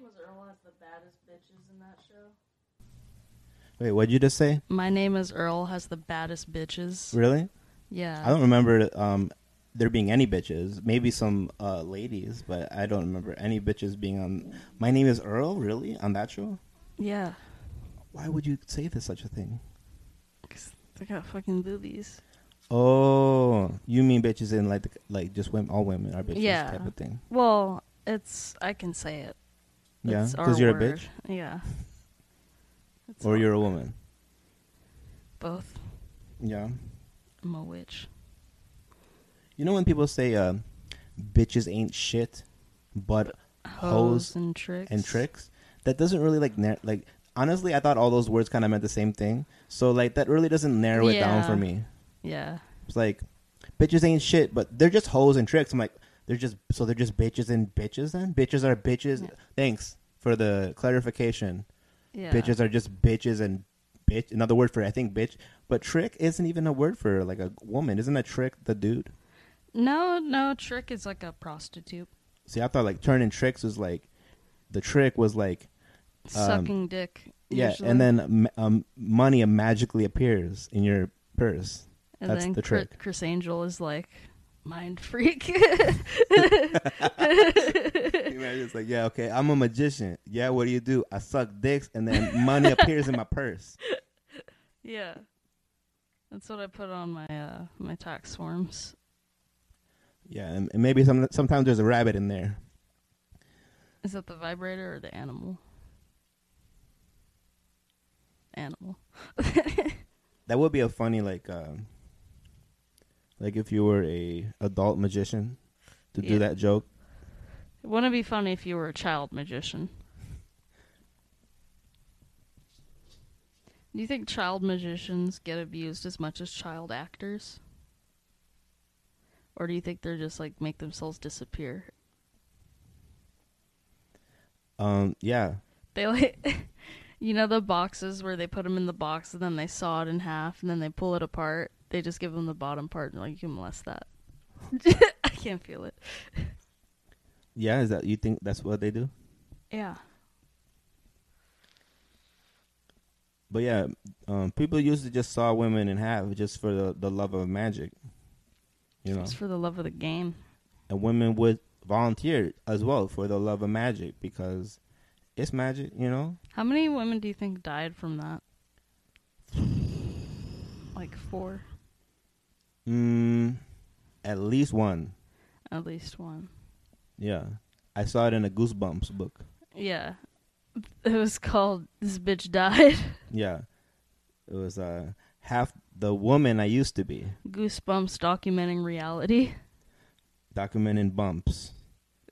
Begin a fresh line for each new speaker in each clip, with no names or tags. was Earl as the baddest bitches in that show?
Wait, what'd you just say?
My name is Earl has the baddest bitches.
Really?
Yeah.
I don't remember um, there being any bitches. Maybe some uh, ladies, but I don't remember any bitches being on. My name is Earl. Really? On that show?
yeah.
Why would you say this such a thing?
'Cause they got fucking boobies.
Oh, you mean bitches in like the, like just women? All women are bitches
Yeah.
type of thing.
Well, it's I can say it.
Yeah,
It's our
because you're a
word.
bitch
Yeah. It's
or
all-
you're a woman.
both.
Yeah.
I'm a witch.
You know when people say uh, bitches ain't shit, but Hoes
and tricks.
and tricks. That doesn't really like nar- like honestly, I thought all those words kind of meant the same thing. So like that really doesn't narrow it down
Yeah.
for me.
Yeah.
It's like bitches ain't shit, but they're just hoes and tricks. I'm like they're just so they're just bitches and bitches. Then bitches are bitches.
Yeah.
Thanks for the clarification.
Yeah.
Bitches are just bitches and bitch. Another word for I think bitch, but trick isn't even a word for like a woman. Isn't a trick the dude?
No, no, trick is like a prostitute.
See, I thought like turning tricks was like the trick was like
Sucking dick.
Um, yeah,
usually.
and then um, um, money magically appears in your purse.
And
that's
then
the
Chr-
trick.
Chris Angel is like mind freak.
Imagine it's like, yeah, okay, I'm a magician. Yeah, what do you do? I suck dicks, and then money appears in my purse.
yeah. That's what I put on my uh my tax forms.
Yeah, and, and maybe some, sometimes there's a rabbit in there.
Is that the vibrator or the animal? Animal.
That would be a funny like, um, like if you were a adult magician to
Yeah.
do that joke.
It wouldn't it be funny if you were a child magician. Do you think child magicians get abused as much as child actors? Or do you think they're just like make themselves disappear?
Um, yeah,
They like you know the boxes where they put them in the box and then they saw it in half and then they pull it apart. They just give them the bottom part and like you can molest that. I can't feel it.
yeah. Is that you think that's what they do?
Yeah.
But yeah, um, people used to just saw women in half just for the, the love of magic, you know.
It's for the love of the game.
And women would volunteer as well for the love of magic because it's magic, you know.
How many women do you think died from that? Like four,
Mm, at least one,
at least one.
yeah. I saw it in a Goosebumps book.
Yeah. It was called This Bitch Died.
Yeah, it was uh, half the woman I used to be,
Goosebumps documenting reality.
documenting bumps.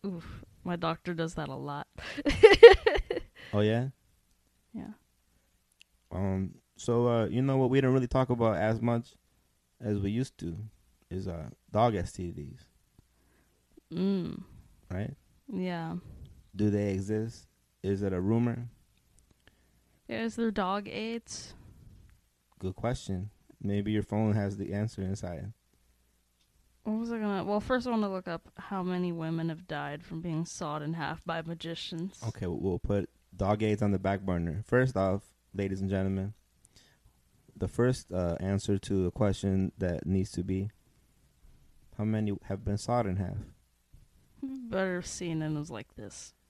Oof. My doctor does that a lot.
Oh yeah.
Yeah.
Um. So uh, you know what we don't really talk about as much as we used to is uh dog STDs,
Mm.
right?
Yeah.
Do they exist? Is it a rumor?
Yeah, Is there dog AIDS?
Good question. Maybe your phone has the answer inside.
What was I gonna? Well, first I want to look up how many women have died from being sawed in half by magicians.
Okay, we'll- we'll put dog aids on the back burner. First off, ladies and gentlemen, the first uh, answer to a question that needs to be: How many have been sawed in half?
Better seen and was like this.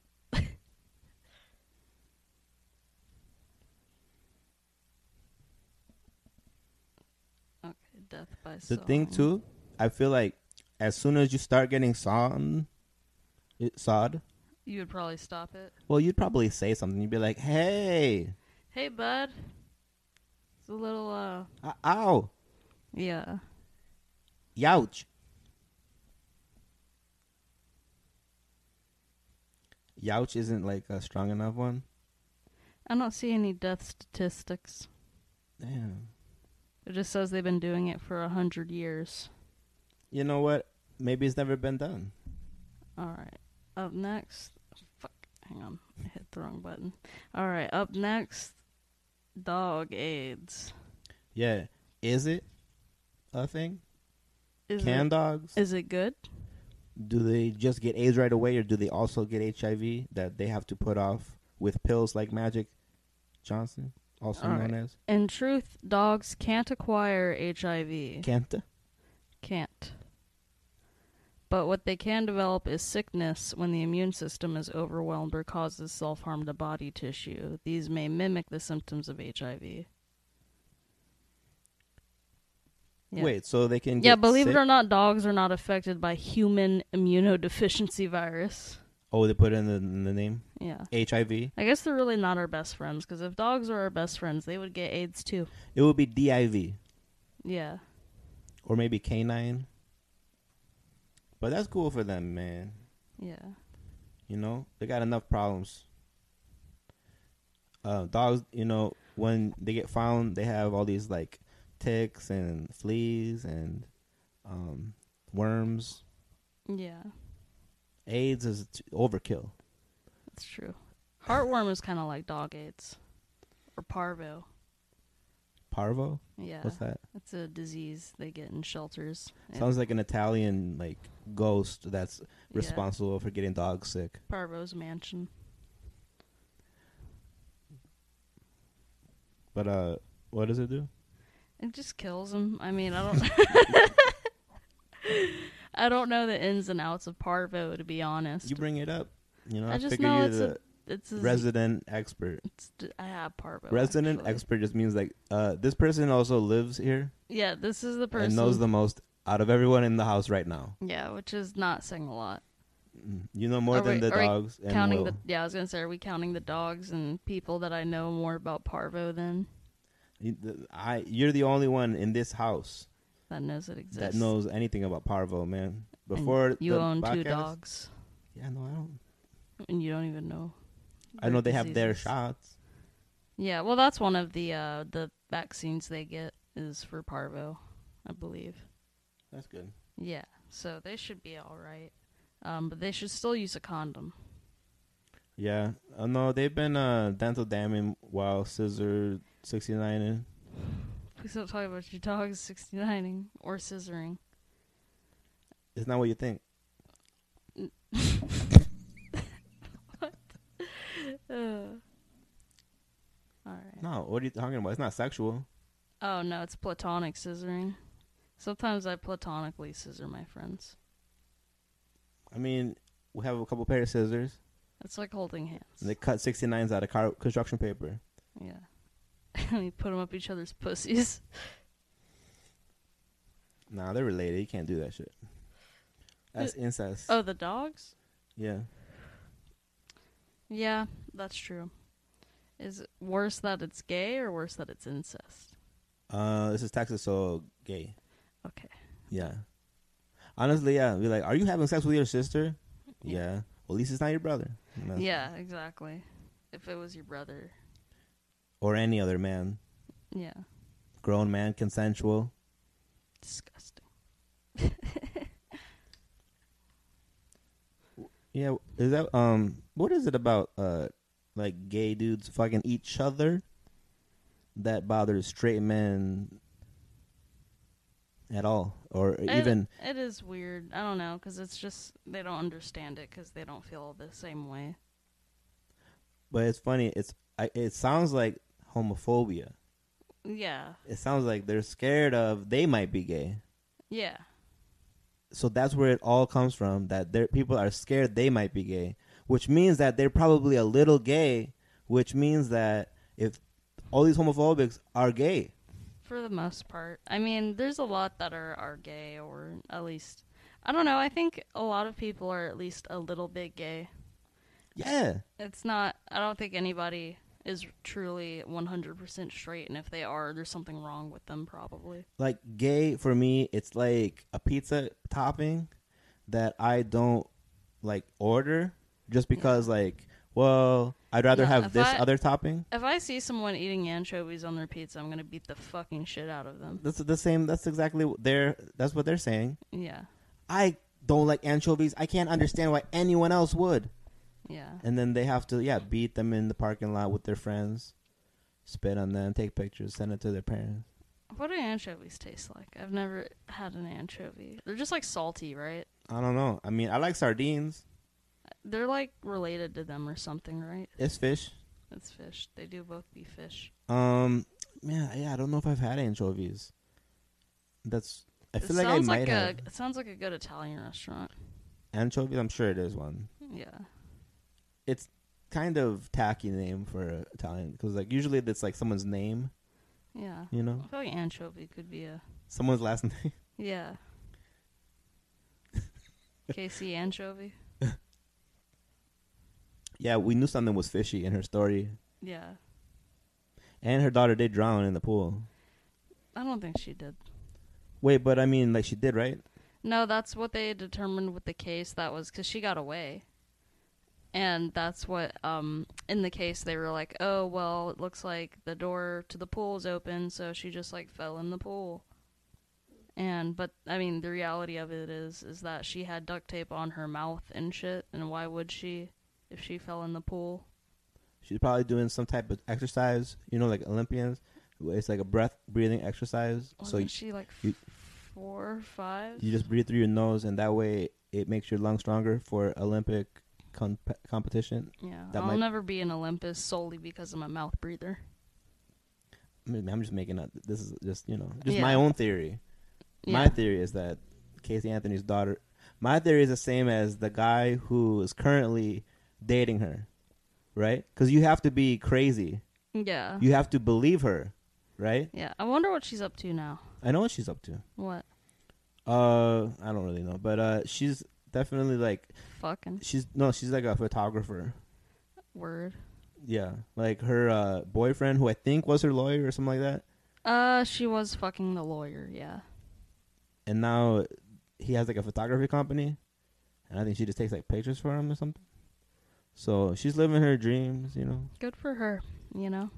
okay, death by
The thing
sawing.
too, I feel like as soon as you start getting sawed, it sawed.
You would probably stop it.
Well, you'd probably say something. You'd be like, "Hey,
Hey, bud. It's a little uh.
uh, ow,
Yeah.
youch, youch." Isn't like a strong enough one.
I don't see any death statistics.
Damn.
It just says they've been doing it for a hundred years.
You know what? Maybe it's never been done.
All right. Up next. Fuck. Hang on. I hit the wrong button. All right. Up next. Dog AIDS.
Yeah. Is it a thing?
Is
Can
it,
dogs?
is it good?
do they just get AIDS right away, or do they also get HIV that they have to put off with pills like Magic Johnson, also
All
known
right.
as
In truth, dogs can't acquire HIV.
Canta?
Can't. But what they can develop is sickness when the immune system is overwhelmed or causes self harm to body tissue. These may mimic the symptoms of HIV. Yeah.
Wait, so they can
yeah,
get
believe
sick?
it or not, dogs are not affected by human immunodeficiency virus.
Oh, they put it in the, in the name
Yeah.
HIV.
I guess they're really not our best friends because if dogs were our best friends, they would get AIDS too.
It would be DIV
Yeah.
or maybe canine. But that's cool for them, man.
Yeah.
You know, they got enough problems. Uh, dogs, you know, when they get found, they have all these like ticks and fleas and um, worms.
Yeah.
AIDS is t- overkill.
That's true. Heartworm is kind of like dog AIDS or parvo.
Parvo,
Yeah.
what's that?
It's a disease they get in shelters. It-
Sounds like an Italian like ghost that's
yeah,
responsible for getting dogs sick.
Parvo's mansion.
But uh, what does it do?
It just kills them. I mean, I don't. I don't know the ins and outs of parvo to be honest.
You bring it up. You know,
I
I,
just
figure
know
you're
it's
the
a it's a
resident expert.
It's, d- I have parvo.
Resident
actually.
expert just means like uh, this person also lives here
Yeah, this is the person.
and knows the most out of everyone in the house right now.
Yeah, which is not saying a lot.
Mm. You know more
Are
than
we-
the
are we
dogs and
counting
Will.
the yeah, I was gonna say, are we counting the dogs and people that I know more about parvo than
You- the- I, you're the only one in this house
that knows it exists?
that knows anything about parvo, man.
And
Before
you
the
own two
podcast-
dogs,
Yeah, no, I don't.
and you don't even know.
I know they have their
diseases.
shots.
Yeah, well, that's one of the uh, the vaccines they get is for parvo, I believe.
That's good.
Yeah, so they should be all right, um, but they should still use a condom.
Yeah, uh, no, they've been uh, dental damming while Scissor 69 in.
Please don't talk about your dogs 69ing or scissoring.
It's not what you think.
Uh, all right.
No, what are you talking about? It's not sexual.
Oh no, it's platonic scissoring. Sometimes I platonically scissor my friends.
I mean, we have a couple pair of scissors.
It's like holding hands.
And they cut 69s out of car construction paper.
Yeah. and we put them up each other's pussies.
Nah, they're related. You can't do that shit. That's incest.
Oh, the dogs?
Yeah.
Yeah, that's true. Is it worse that it's gay or worse that it's incest?
Uh, this is Texas, so gay.
Okay.
Yeah. Honestly, yeah. Be like, are you having sex with your sister?
Yeah.
Yeah. Well, at least it's not your brother. No.
yeah, exactly. If it was your brother.
Or any other man.
Yeah.
Grown man, consensual.
Disgusting.
Yeah. Is that, um, what is it about, uh, like gay dudes fucking each other that bothers straight men at all? Or
It-
even,
it is weird. I don't know cuz it's just they don't understand it cuz they don't feel the same way.
but it's funny. It's, I, it sounds like homophobia.
Yeah.
It sounds like they're scared of they might be gay.
Yeah.
so that's where it all comes from that there people are scared they might be gay which means that they're probably a little gay which means that if all these homophobics are gay
For the most part. I mean, there's a lot that are, are gay, or at least, I don't know, I think a lot of people are at least a little bit gay.
yeah
It's not, I don't think anybody is truly 100% straight, and if they are, there's something wrong with them, probably.
like gay for me it's like a pizza topping that i don't like order just because like well i'd rather
No, if
have this
I-
other topping
If I see someone eating anchovies on their pizza, I'm gonna beat the fucking shit out of them.
that's the same that's exactly what they're that's what they're saying
Yeah,
i don't like anchovies i can't understand why anyone else would
yeah.
And then they have to, yeah, beat them in the parking lot with their friends, spit on them, take pictures, send it to their parents.
What do anchovies taste like? I've never had an anchovy. They're just like salty, right?
I don't know. I mean, I like sardines.
They're like related to them or something, right?
It's fish.
It's fish. They do both be fish.
Um, man, yeah, I don't know if I've had anchovies. That's. I
it
feel like I
sounds
might
like
have
a it sounds like a good Italian restaurant.
anchovies. I'm sure there's one.
Yeah.
Kind of tacky name for a Italian because like usually it's like someone's name,
Yeah.
you
I
know,
feel like anchovy could be a
someone's last name.
yeah. KC anchovy.
yeah, we knew something was fishy in her story,
Yeah.
and her daughter did drown in the pool.
I don't think she did.
Wait, but I mean, like she did, right?
No, that's what they determined with the case. That was because she got away. And that's what, um, in the case, they were like, oh, well, it looks like the door to the pool is open, so she just, like, fell in the pool. And, but, I mean, the reality of it is, is that she had duct tape on her mouth and shit, and why would she if she fell in the pool?
She's probably doing some type of exercise, you know, like Olympians. where It's like a breath breathing exercise. so
Wasn't
you,
she, like, f-
you-
four or five?
you just breathe through your nose, and that way it makes your lungs stronger for Olympic comp- competition.
yeah,
that
I'll
might-
never be an Olympus solely because I'm a mouth breather.
I mean, I'm just making up. This is just you know, just
Yeah.
my own theory. My
Yeah.
theory is that Casey Anthony's daughter. My theory is the same as the guy who is currently dating her, right? Because you have to be crazy.
Yeah.
You have to believe her, right?
Yeah, I wonder what she's up to now.
I know what she's up to.
What?
Uh, I don't really know, but uh, she's definitely like
Fucking
she's no, she's like a photographer.
word.
Yeah, like her uh, boyfriend, who I think was her lawyer or something like that,
Uh, she was fucking the lawyer, yeah.
and now he has like a photography company, and I think she just takes like pictures for him or something. So she's living her dreams, you know.
Good for her, you know?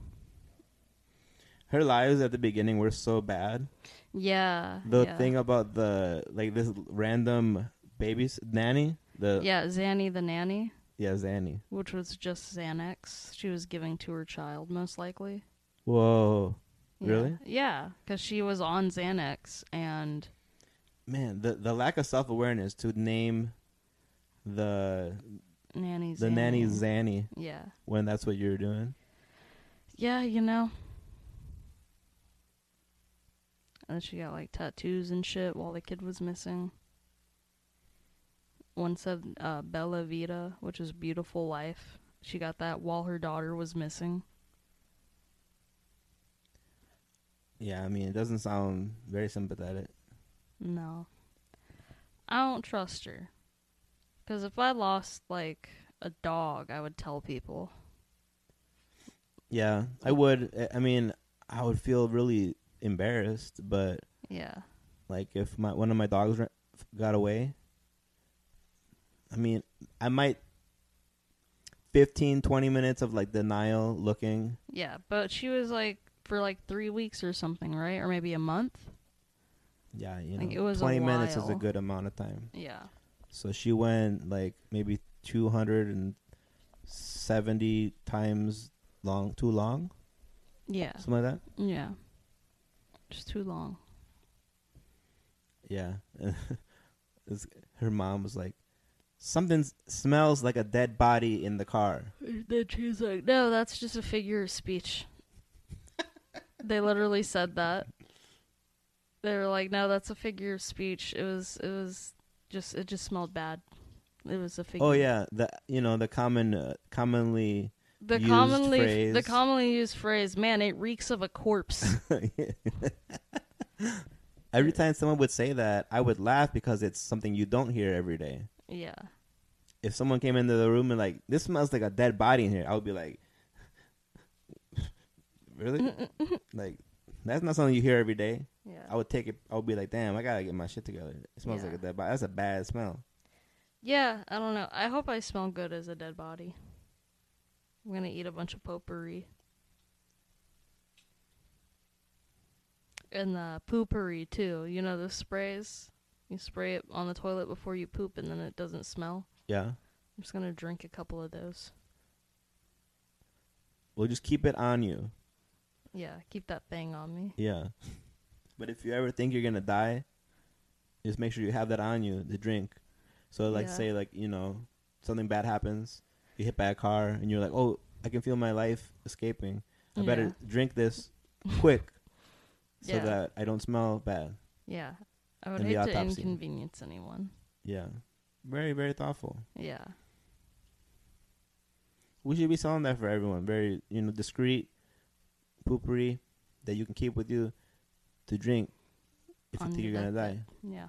Her lives at the beginning were so bad.
Yeah.
The
yeah.
thing about the like this random baby's nanny, the yeah,
Yeah, Zanny the nanny,
yeah Zanny.
which was just Xanax she was giving to her child, most likely.
Whoa,
Yeah.
Really?
Yeah, because she was on Xanax and.
man, the the lack of self awareness to name the
Nanny
the
Zanny.
nanny Zanny
Yeah.
when that's what you're doing.
Yeah, you know. And then she got like tattoos and shit while the kid was missing. One said uh, Bella Vita, which is beautiful life. She got that while her daughter was missing.
Yeah, I mean it doesn't sound very sympathetic.
No. I don't trust her. Because if I lost like a dog, I would tell people.
Yeah, I would. I- I mean, I would feel really embarrassed, but
Yeah.
like if my one of my dogs ra- got away, I mean, I might 15 20 minutes of like denial looking.
Yeah, but she was like for like three weeks or something, right? Or maybe a month?
Yeah, you know.
Like, it was a
20 minutes is a
while.
good amount of time.
Yeah.
So she went like maybe 270 times long, too long,
Yeah.
something like that.
Yeah. Just too long.
Yeah. It's- Her mom was like, something s- smells like a dead body in the car.
Then she's like, no, that's just a figure of speech. they literally said that. They were like, no, that's a figure of speech. It was, it was just, it just smelled bad. It was a figure.
Oh yeah, the you know the common uh, commonly
The
used
commonly, the
phrase.
commonly used phrase, man, it reeks of a corpse.
every time someone would say that, I would laugh because it's something you don't hear every day.
yeah.
If someone came into the room and like this smells like a dead body in here, I would be like, really? like that's not something you hear every day.
Yeah.
I would take it. I would be like, damn, I gotta get my shit together. It smells
Yeah.
like a dead body. That's a bad smell.
yeah. I don't know. I hope I smell good as a dead body. I'm gonna eat a bunch of potpourri. And the poopery too. You know those sprays? You spray it on the toilet before you poop and then it doesn't smell.
Yeah.
I'm just gonna drink a couple of those.
Well, just keep it on you.
Yeah, keep that thing on me.
Yeah. But if you ever think you're gonna die, just make sure you have that on you to drink. So like
Yeah.
say like you know something bad happens, you hit by a car, and you're like, oh, I can feel my life escaping. I better drink this quick, so
Yeah.
that I don't smell bad.
Yeah. I would
And the
hate to
autopsy.
inconvenience anyone.
Yeah, very very thoughtful.
Yeah.
We should be selling that for everyone. Very you know discreet poopery that you can keep with you to drink if
On
you think
your
you're gonna die.
deathbed. Yeah.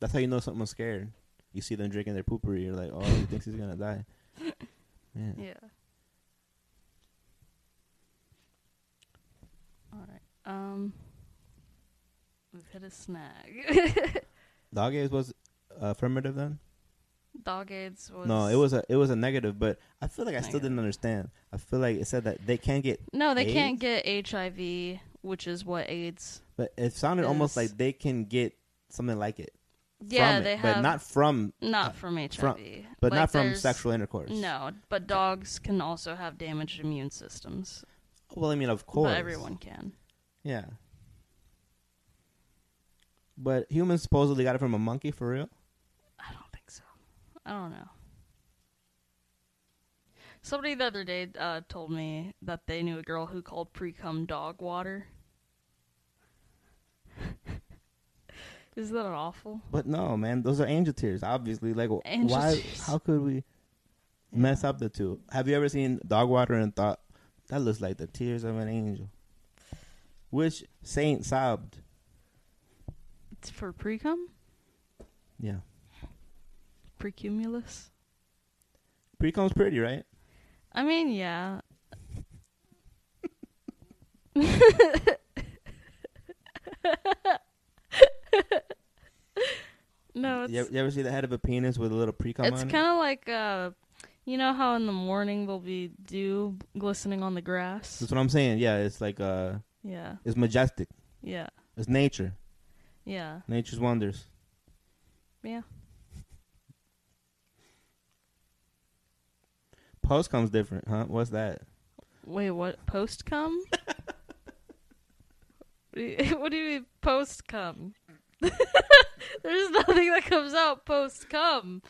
That's how you know someone's scared. You see them drinking their poopery, you're like, oh, he thinks he's gonna die. Yeah.
Yeah. All right. Um, we've hit a snag.
Dog AIDS was affirmative then.
Dog AIDS was
no, it was a it was a negative, but I feel like I still
Negative.
didn't understand. I feel like it said that they can get,
no. They can't get HIV, which is what AIDS.
but it sounded almost
Is-
like they can get something like it.
Yeah,
from
they
it,
have
but not from,
not from HIV,
from- but
Like,
not from
there's-
sexual intercourse.
No, but dogs can also have damaged immune systems.
Well, I mean, of course,
But everyone can.
Yeah. But humans supposedly got it from a monkey for real.
I don't think so. I don't know. Somebody the other day uh, told me that they knew a girl who called pre cum dog water. Is that awful?
But no, man, those are angel tears. Obviously, like wh-
Angel
why?
tears.
How could we mess up the two? Have you ever seen dog water and thought that looks like the tears of an angel? Which saint sobbed?
It's for pre cum?
Yeah,
Precumulus?
precum's pretty, right?
I mean, yeah. no, it's
You ever, you ever see the head of a penis with a little precum
it's
on
kind of like uh, you know how in the morning they'll be dew glistening on the
it?
grass.
That's what I'm saying. Yeah, it's like uh,
yeah,
it's majestic.
yeah,
It's nature.
yeah,
Nature's wonders.
yeah.
Post comes different, huh? What's that?
Wait, what? Post come? what do you what do you mean post come? There's nothing that comes out post come.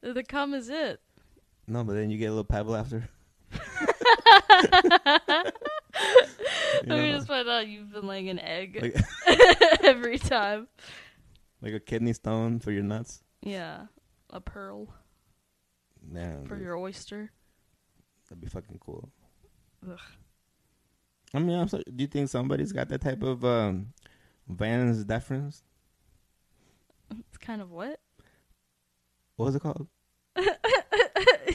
The cum is it.
No, but then you get a little pebble after. You
I mean,
know,
just find out you've been laying an egg
like,
every time.
like a kidney stone for your nuts.
Yeah, a pearl
Nah,
for
dude,
your oyster.
that'd be fucking cool.
Ugh.
I mean, I'm so, do you think somebody's got that type of um, Van's deference?
It's kind of what.
What was it called?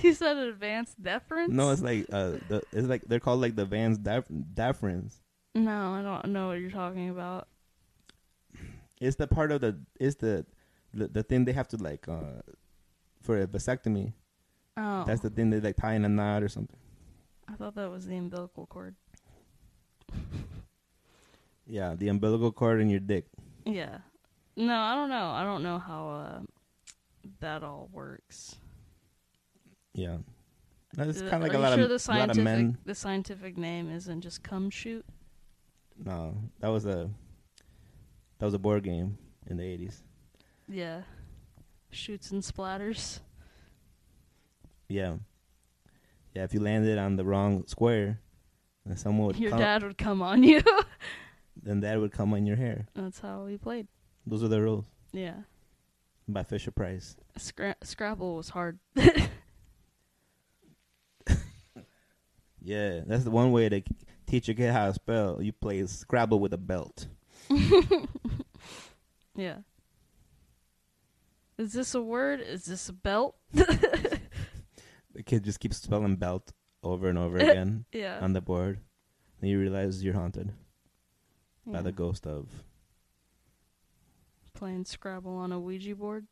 you said advanced deference?
No, it's like uh, the, it's like they're called like the Van's def- deference.
No, I don't know what you're talking about.
It's the part of the it's the the, the thing they have to like uh, for a vasectomy.
Oh.
That's the thing they like tie in a knot or something.
I thought that was the umbilical cord.
Yeah, the umbilical cord in your dick.
Yeah. No, I don't know. I don't know how uh, that all works.
Yeah, that's
Th-
kind of like
Are
a
you
lot
sure
of
the
a lot
scientific
of men.
the scientific name isn't just cum shoot?
No, that was a that was a board game in the eighties.
Yeah. Shoots and splatters.
Yeah, yeah. If you landed on the wrong square, then someone would
Your
come,
dad would come on you.
then that would come on your hair.
That's how we played.
Those are the rules
Yeah.
by Fisher Price.
Scra- Scrabble was hard.
Yeah, that's the one way to teach a kid how to spell. You play Scrabble with a belt.
Yeah. Is this a word? Is this a belt?
The kid just keeps spelling belt over and over again
Yeah.
on the board. Then you realize you're haunted by
Yeah.
the ghost of.
Playing Scrabble on a Ouija board.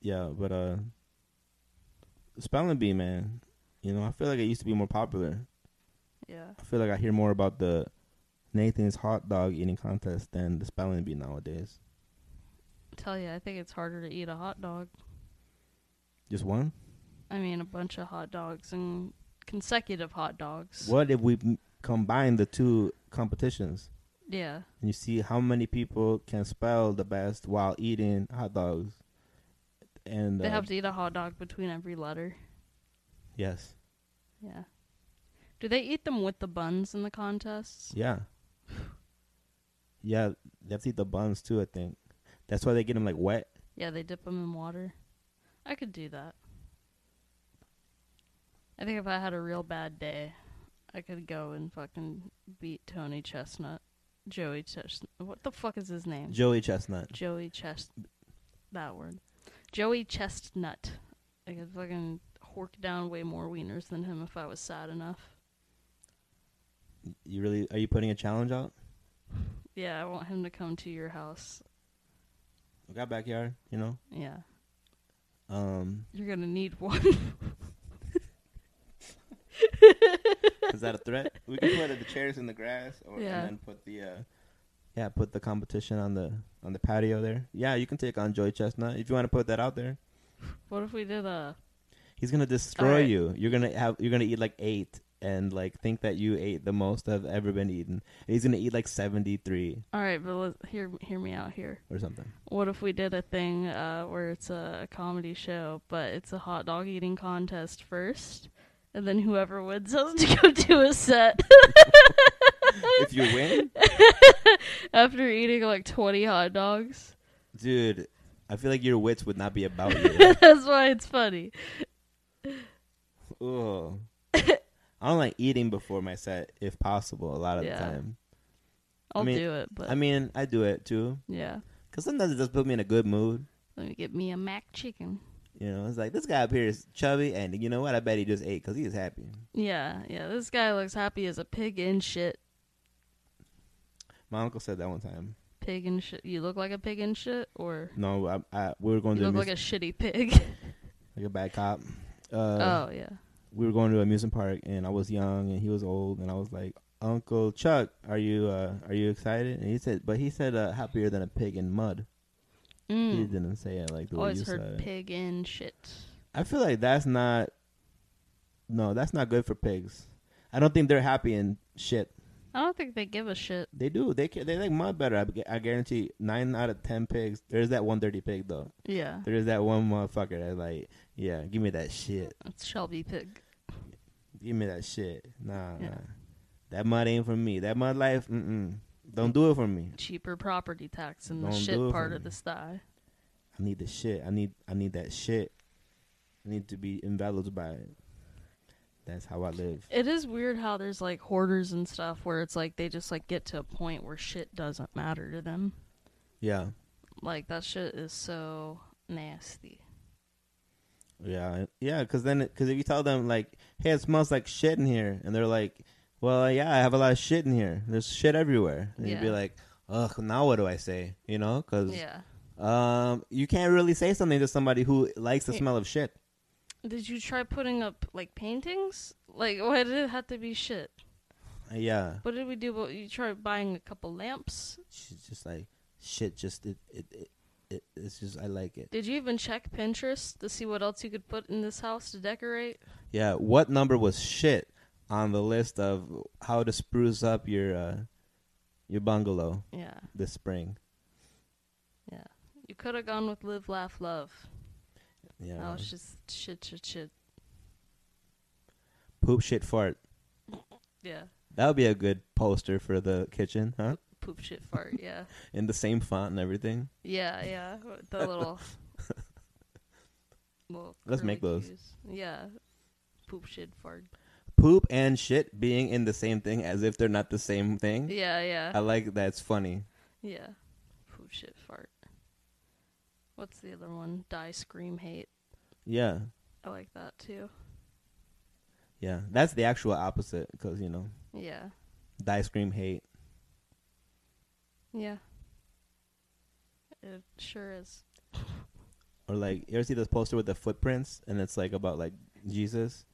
Yeah, but uh, spelling bee, man. You know, I feel like it used to be more popular.
Yeah.
I feel like I hear more about the Nathan's hot dog eating contest than the spelling bee nowadays.
Tell you, I think it's harder to eat a hot dog.
Just one.
I mean, a bunch of hot dogs and consecutive hot dogs.
What if we m- combine the two competitions
Yeah.
and you see how many people can spell the best while eating hot dogs? and
They
uh,
have to eat a hot dog between every letter.
yes,
Yeah. Do they eat them with the buns in the contests?
yeah, yeah. They have to eat the buns too. I think that's why they get them like wet.
Yeah, they dip them in water. I could do that. I think if I had a real bad day, I could go and fucking beat Tony Chestnut. Joey Chestnut. What the fuck is his name?
Joey Chestnut.
Joey Chest. That word. Joey Chestnut. I could fucking hork down way more wieners than him if I was sad enough.
You really are you putting a challenge out?
Yeah, I want him to come to your house.
We got backyard, you know.
Yeah.
Um,
You're gonna need one.
is that a threat? we can put uh, the chairs in the grass, or,
Yeah.
and then put the uh, yeah, put the competition on the on the patio there. Yeah, you can take on Joey Chestnut if you want to put that out there.
what if we did a
He's gonna destroy
Alright.
you. You're gonna have you're gonna eat like eight and like think that you ate the most I've ever been eaten. And he's gonna eat like seventy three
all right, but let, hear hear me out here.
or something.
What if we did a thing uh, where it's a comedy show, but it's a hot dog eating contest first, and then whoever wins has to go do a set
if you win,
after eating like twenty hot dogs.
dude, I feel like your wits would not be about you.
That's why it's funny.
Ugh. I don't like eating before my set, if possible, a lot of
Yeah.
the time.
I'll
mean-
do it, but
I mean, I do it too,
yeah.
cause sometimes it does put me in a good mood.
Let me get me a mac chicken.
You know, it's like this guy up here is chubby, and you know what? I bet he just ate because he is happy.
Yeah, yeah. This guy looks happy as a pig in shit.
My uncle said that one time.
Pig in shit. You look like a pig in shit, or
No, I, I, we were going
you
to
look
amuse-
like a shitty pig.
like a bad cop. Uh,
oh yeah.
we were going to an amusement park, and I was young, and he was old, and I was like, "Uncle Chuck, are you uh, are you excited?" And he said, "But he said uh, happier than a pig in mud." He
Mm.
didn't say it like the way
Always
you
heard
said. it.
pig in shit.
I feel like that's not. No, that's not good for pigs. I don't think they're happy in shit.
I don't think they give a shit.
They do. They ca- they like mud better. I, gu- I guarantee nine out of ten pigs. There's that one dirty pig though.
Yeah,
There is that one motherfucker that like, yeah, give me that shit.
it's Shelby Pig.
Give me that shit. Nah,
Yeah.
nah. That mud ain't for me. That mud life, mm-mm. Don't do it for me.
Cheaper property tax in the
Don't do it
shit
for
part of
me.
the sty.
I need the shit. I need I need that shit. I need to be enveloped by it. That's how I live.
It is weird how there's like hoarders and stuff where it's like they just like get to a point where shit doesn't matter to them.
Yeah.
Like that shit is so nasty.
Yeah. Yeah, cuz then cuz if you tell them like, "Hey, it smells like shit in here." And they're like, "Well, uh, yeah, I have a lot of shit in here. There's shit everywhere." And you'd be
Yeah.
like, "Ugh, now what do I say?" You know? Cuz
Yeah.
um you can't really say something to somebody who likes the
Yeah.
smell of shit.
Did you try putting up like paintings? Like why did it have to be shit?
Uh, Yeah.
What did we do? Well, you tried buying a couple lamps.
she's just like shit just it it, it, it it's just i like it
Did you even check Pinterest to see what else you could put in this house to decorate?
yeah what number was shit on the list of how to spruce up your uh your bungalow
Yeah.
this spring
Yeah. You could have gone with live, laugh, love.
yeah
That was just shit, shit, shit.
poop shit fart
Yeah.
that would be a good poster for the kitchen huh
Poop, shit, fart. Yeah.
in the same font and everything
Yeah, yeah. with The little. little
Let's make
curly
those.
cues. Yeah. Poop, shit, fart.
poop and shit being in the same thing as if they're not the same thing
Yeah, yeah.
i like that's funny
yeah. Poop, shit, fart. What's the other one? Die, scream, hate.
yeah
I like that too.
yeah that's the actual opposite because you know
Yeah.
die scream hate
Yeah. It sure is.
Or like you ever see this poster with the footprints and it's like about like Jesus?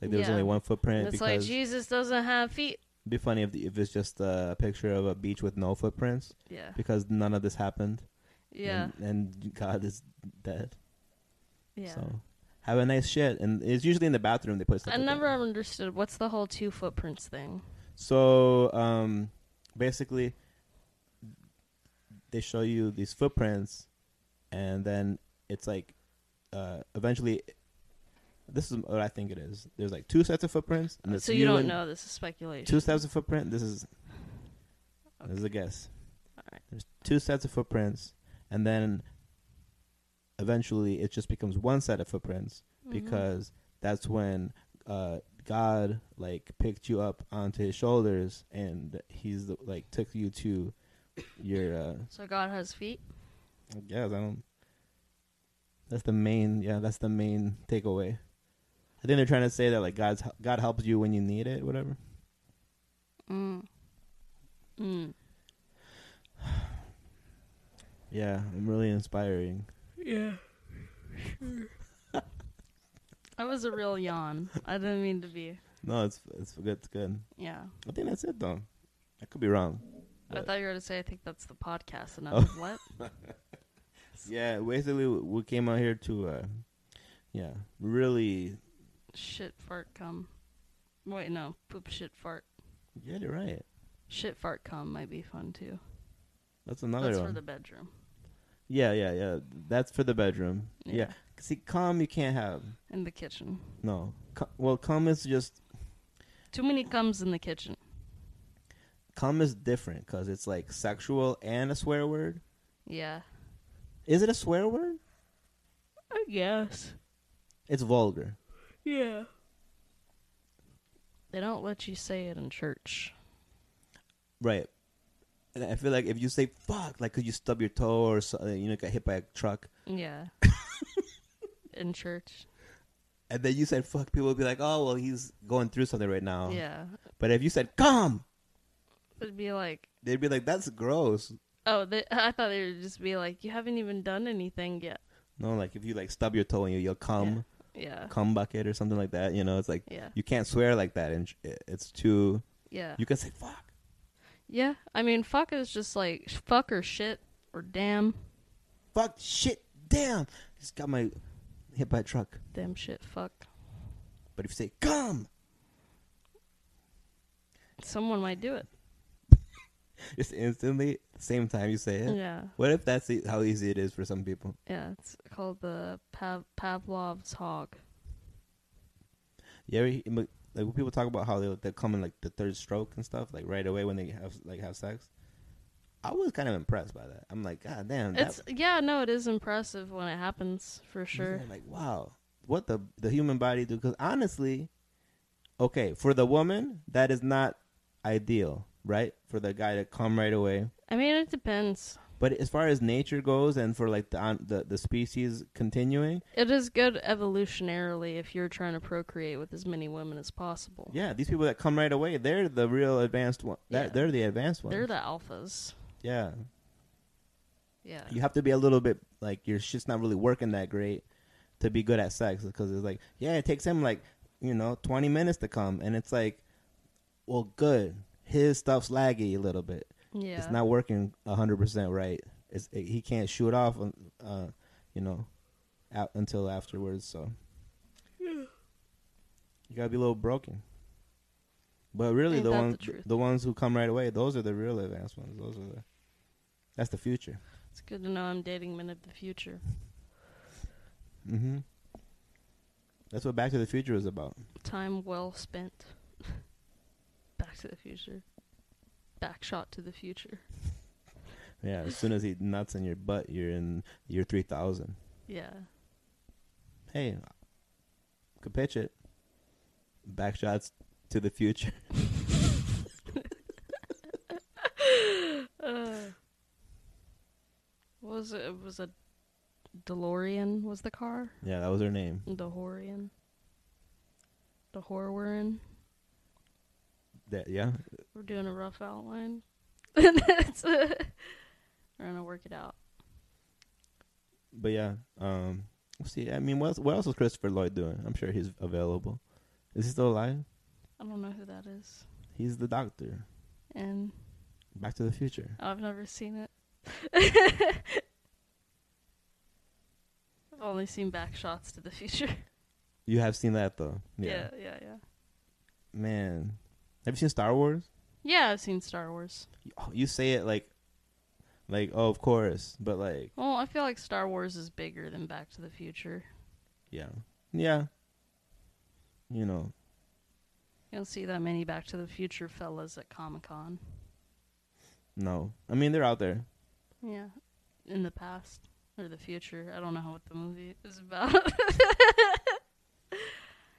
Like there was
Yeah.
only one footprint
And it's like
because
Jesus doesn't have feet.
it'd be funny if the, if it's just a picture of a beach with no footprints
Yeah.
because none of this happened.
Yeah.
And, and God is dead.
Yeah.
So have a nice shit. And it's usually in the bathroom they put stuff.
I
like that.
never understood what's the whole two footprints thing.
So um, basically, they show you these footprints, and then it's like uh, eventually, this is what I think it is. There's like two sets of footprints. and it's
so you don't
and-
know. This is speculation.
Two sets of footprint. This is this is a guess.
Alright.
There's two sets of footprints, and then eventually it just becomes one set of footprints
Mhm.
because that's when uh, God like picked you up onto His shoulders and He's the, like took you to your. Uh,
So God has feet.
I guess I don't. That's the main. Yeah, that's the main takeaway. I think they're trying to say that like God's God helps you when you need it, whatever.
Mm. Mm.
Yeah, I'm really inspiring.
Yeah. Sure. that was a real yawn. I didn't mean to be.
No, it's it's good. It's good.
Yeah.
I think that's it though. I could be wrong.
I
But- Oh.
thought you were going to say, I think that's the podcast. And I was what?
Yeah, basically we- we came out here to, uh, yeah, really.
Shit, fart, cum. Wait, no. Poop, shit, fart.
Yeah, you're right.
Shit, fart, cum might be fun too.
That's another
That's for
one.
the bedroom.
yeah, yeah, yeah. That's for the bedroom. Yeah.
Yeah.
See, calm you can't have.
In the kitchen.
No. Ca- well, calm is just
Too many cums in the kitchen.
calm is different because it's like sexual and a swear word.
Yeah.
Is it a swear word?
I guess.
It's vulgar.
Yeah. They don't let you say it in church.
Right. And I feel like if you say fuck, like, could you stub your toe or so, you know, got hit by a truck?
Yeah. in church.
And then you said fuck, people would be like, oh, well, he's going through something right now.
Yeah.
But if you said come,
It'd be like,
they'd be like, that's gross.
oh, they, I thought they would just be like, you haven't even done anything yet.
No, like if you like stub your toe and you yell come,
Yeah.
come bucket or something like that, you know, it's like
Yeah.
you can't swear like that. And it's too,
Yeah.
you can say fuck.
yeah. I mean, fuck is just like fuck or shit or damn.
Fuck, shit, damn. Just got my hit by a truck.
Damn shit, fuck.
But if you say come,
Someone might do it.
it's instantly the same time you say
Yeah.
it.
Yeah.
What if that's e- how easy it is for some people?
it's called the Pav- Pavlov's hog.
You ever, he- like when people talk about how they they come in like the third stroke and stuff, like right away when they have like have sex. I was kind of impressed by that. I'm like, god damn, that-
It's yeah, no, it is impressive when it happens for sure.
Like, wow, what the the human body do? Because honestly, okay, for the woman, that is not ideal, right? For the guy to come right away.
I mean, it depends.
But as far as nature goes, and for like the on, the, the species continuing,
It is good evolutionarily if you're trying to procreate with as many women as possible.
yeah, these people that come right away, they're the real advanced one. They're,
Yeah.
they're the advanced ones.
They're the alphas.
yeah.
Yeah.
You have to be a little bit like your shit's not really working that great to be good at sex because it's like yeah, it takes him like you know twenty minutes to come, and it's like, well, good. His stuff's laggy a little bit.
yeah.
It's not working hundred percent right. It's it, he can't shoot off, uh, you know, out until afterwards. So you gotta be a little broken. But really,
Ain't
the
that
ones
the truth?
the ones who come right away, those are the real advanced ones. Those are the that's the future.
It's good to know I'm dating men of the future.
hmm That's what Back to the Future was about.
Time well spent. Back to the future. Back shot to the future.
Yeah, as soon as he nuts in your butt, you're in year three thousand.
Yeah.
Hey, could pitch it. Back shots to the future.
Uh, what was it? It was a DeLorean was the car?
Yeah, that was her name.
DeHorean? DeHorwerin?
That yeah.
We're doing a rough outline. That's We're gonna work it out.
But yeah, um, we'll see. I mean, what else, what else is Christopher Lloyd doing? I'm sure he's available. Is he still alive?
I don't know who that is.
He's the doctor.
And
Back to the Future.
I've never seen it. I've only seen back shots to the future.
You have seen that though.
Yeah. yeah, yeah, yeah.
Man, have you seen Star Wars?
I've seen Star Wars.
You- You say it like, like oh, of course, but like
Well, I feel like Star Wars is bigger than Back to the Future.
Yeah. Yeah. You know,
You don't see that many Back to the Future fellas at Comic Con.
no. I mean, they're out there.
Yeah. In the past or the future. I don't know what the movie is about.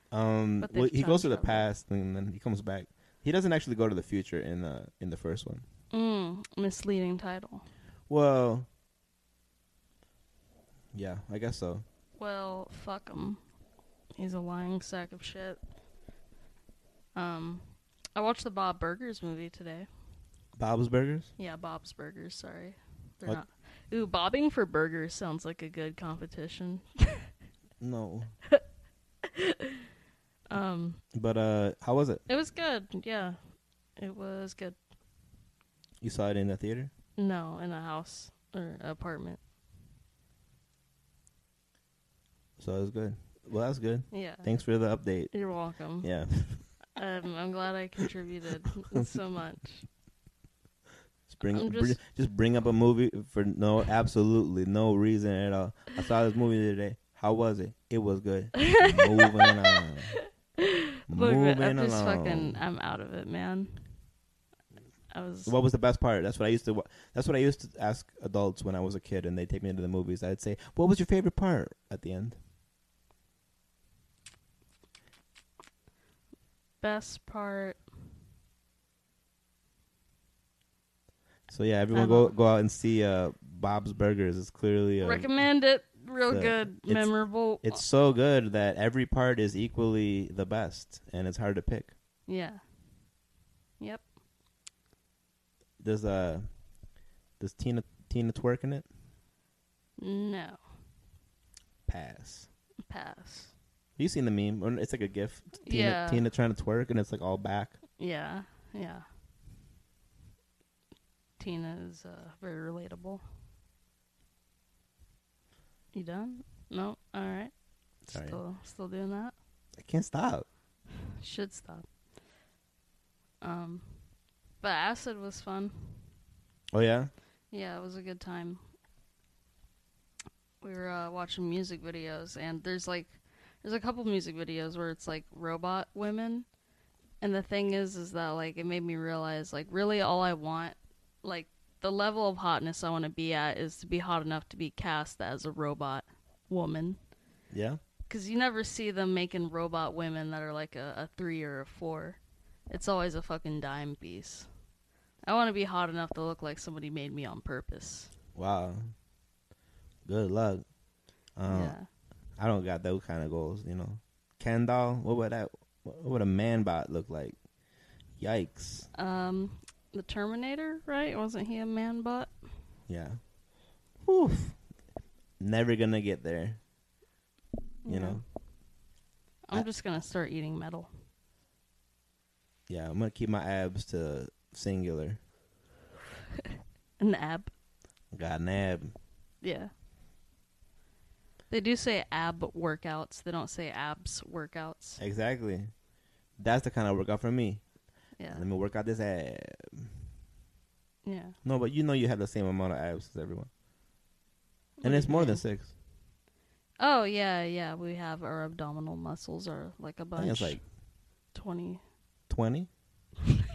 Um,
But they
well,
keep
he goes to
talking
the
about that.
past and then he comes back. He doesn't actually go to the future in uh in the first one.
mm, misleading title.
Well, yeah, I guess so.
Well, fuck him. He's a lying sack of shit. Um, I watched the Bob Burgers movie today.
Bob's Burgers.
Yeah, Bob's Burgers. Sorry, they're
What?
not. Ooh, bobbing for burgers sounds like a good competition.
No,
Um,
but uh, how was it?
it was good. Yeah, it was good.
You saw it in the theater?
No, in a house or apartment.
So it was good. Well, that's good.
Yeah.
Thanks for the update.
You're welcome.
Yeah,
Um, I'm glad I contributed so much.
just bring
I'm
br- just,
just-
bring up a movie for no absolutely no reason at all. I saw this movie today. How was it? It was good. Moving on.
Look,
Moving
I'm just
along.
fucking. uh, I'm out of it, man. I was.
What was the best part? That's what I used to. wa- That's what I used to ask adults when I was a kid, and they take me into the movies. I'd say, "What was your favorite part?" At the end,
best part.
so yeah, everyone
Um,
go go out and see uh, Bob's Burgers. It's clearly a,
Recommend it. Real
the-
good.
it's-
Memorable.
It's so good that every part is equally the best, and it's hard to pick.
yeah. Yep.
Does uh, does Tina Tina twerk in it?
No.
Pass.
Pass.
You seen the meme? When It's like a gif. Tina,
Yeah.
Tina trying to twerk, and it's like all back.
Yeah. Yeah. Tina is uh, very relatable. You done? No. All right.
Sorry.
Still, still doing that.
I can't stop.
Should stop. Um, but acid was fun.
Oh yeah,
Yeah, it was a good time. We were uh, watching music videos, and there's like, there's a couple music videos where it's like robot women, and the thing is, is that like it made me realize like really all I want, like the level of hotness I want to be at is to be hot enough to be cast as a robot woman,
yeah.
because you never see them making robot women that are like a, a three or a four. It's always a fucking dime piece. I want to be hot enough to look like somebody made me on purpose.
Wow. Good luck. Um,
yeah.
I don't got those kind of goals, you know. Ken doll, what would that? What would a man bot look like? Yikes!
Um, the Terminator, right? Wasn't he a man bot?
Yeah. Whew. Never gonna get there, you
Yeah.
know.
I'm
I-
just gonna start eating metal.
Yeah, I'm gonna keep my abs to singular.
An ab,
Got an ab.
yeah. They do say ab workouts. They don't say abs workouts.
Exactly. That's the kind of workout for me.
Yeah,
Let me work out this ab.
yeah.
No, but you know you have the same amount of abs as everyone, and it's more than six.
Oh yeah, yeah. We have our abdominal muscles are like a
I
bunch.
think it's like
twenty.
twenty.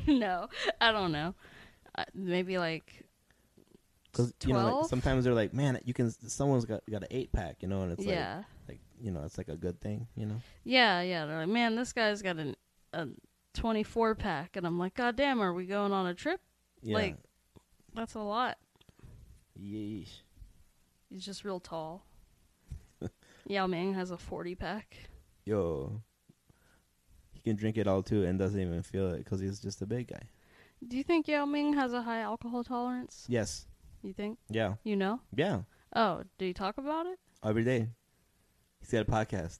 no, I don't know. Uh, maybe like
Because you know, like,
12?
sometimes they're like, "Man, you can." Someone's got got an eight pack, you know, and it's
yeah.
like, like you know, it's like a good thing, you know.
Yeah, yeah. They're like, man, this guy's got an, a 24 pack. And I'm like, God damn, are we going on a trip?
Yeah.
Like- That's a lot.
Yeesh.
He's just real tall. Yao Ming has a 40 pack.
Yo. He can drink it all too and doesn't even feel it because he's just a big guy.
Do you think Yao Ming has a high alcohol tolerance?
Yes.
You think?
Yeah.
You know?
Yeah.
Oh, do you talk about it?
Every day. He's got a podcast.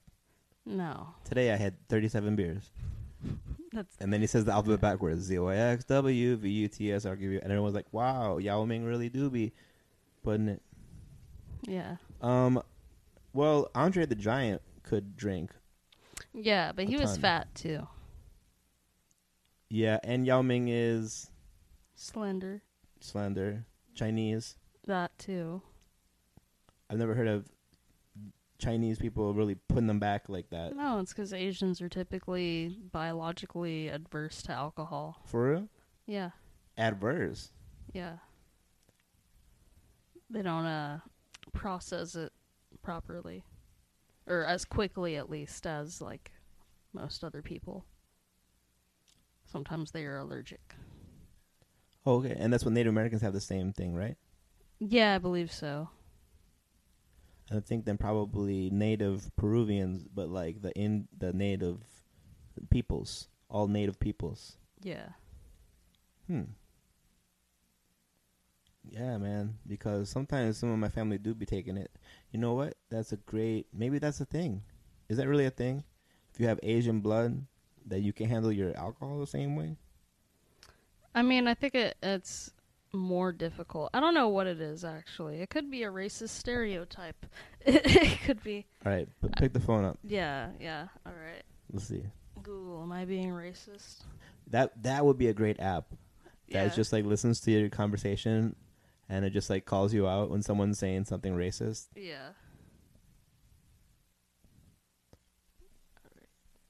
No.
Today I had 37 beers.
That's
And then he says the alphabet backwards. Z-O-X, W, V-U-T-S, R-Q-U. And everyone's like, wow, Yao Ming really do be putting it.
yeah.
Um, well, Andre the Giant could drink.
Yeah, but he
A
was
ton.
fat too.
Yeah, and Yao Ming is
Slender.
slender, Chinese.
That too.
I've never heard of Chinese people are really putting them back like that.
No, it's because Asians are typically biologically adverse to alcohol.
For real?
Yeah,
Adverse.
yeah. They don't uh, process it properly, or as quickly at least as like most other people. Sometimes they are allergic.
Oh, okay, and that's what Native Americans have the same thing, right?
Yeah, I believe so.
And I think then probably Native Peruvians, but like the in the Native peoples, all Native peoples.
Yeah.
Hmm. Yeah, man. Because sometimes some of my family do be taking it. You know what? That's a great. Maybe that's a thing. Is that really a thing? If you have Asian blood, that you can handle your alcohol the same way.
I mean, I think it, it's more difficult. I don't know what it is actually. It could be a racist stereotype. it could be.
All right, p- pick the phone up.
Yeah, yeah. All right.
Let's see.
Google, am I being racist?
That that would be a great app. That
yeah.
just like listens to your conversation, and it just like calls you out when someone's saying something racist.
Yeah.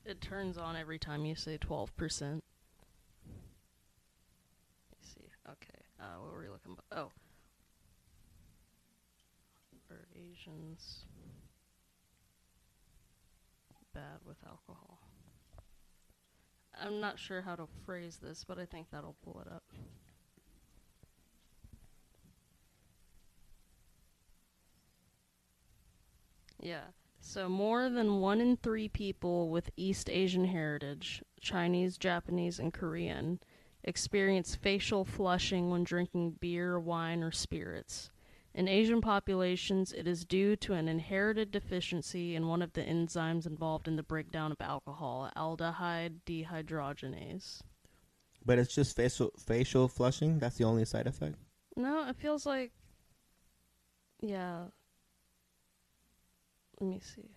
It turns on every time you say 12%. You see. Okay. Uh, what were we looking about? Oh. Are Asians bad with alcohol? I'm not sure how to phrase this, but I think that'll pull it up. Yeah. So more than one in three people with East Asian heritage, Chinese, Japanese, and Korean, experience facial flushing when drinking beer, wine, or spirits. In Asian populations, it is due to an inherited deficiency in one of the enzymes involved in the breakdown of alcohol, aldehyde dehydrogenase.
But it's just facial facial flushing. That's the only side effect.
No, it feels like. Yeah. Let me see.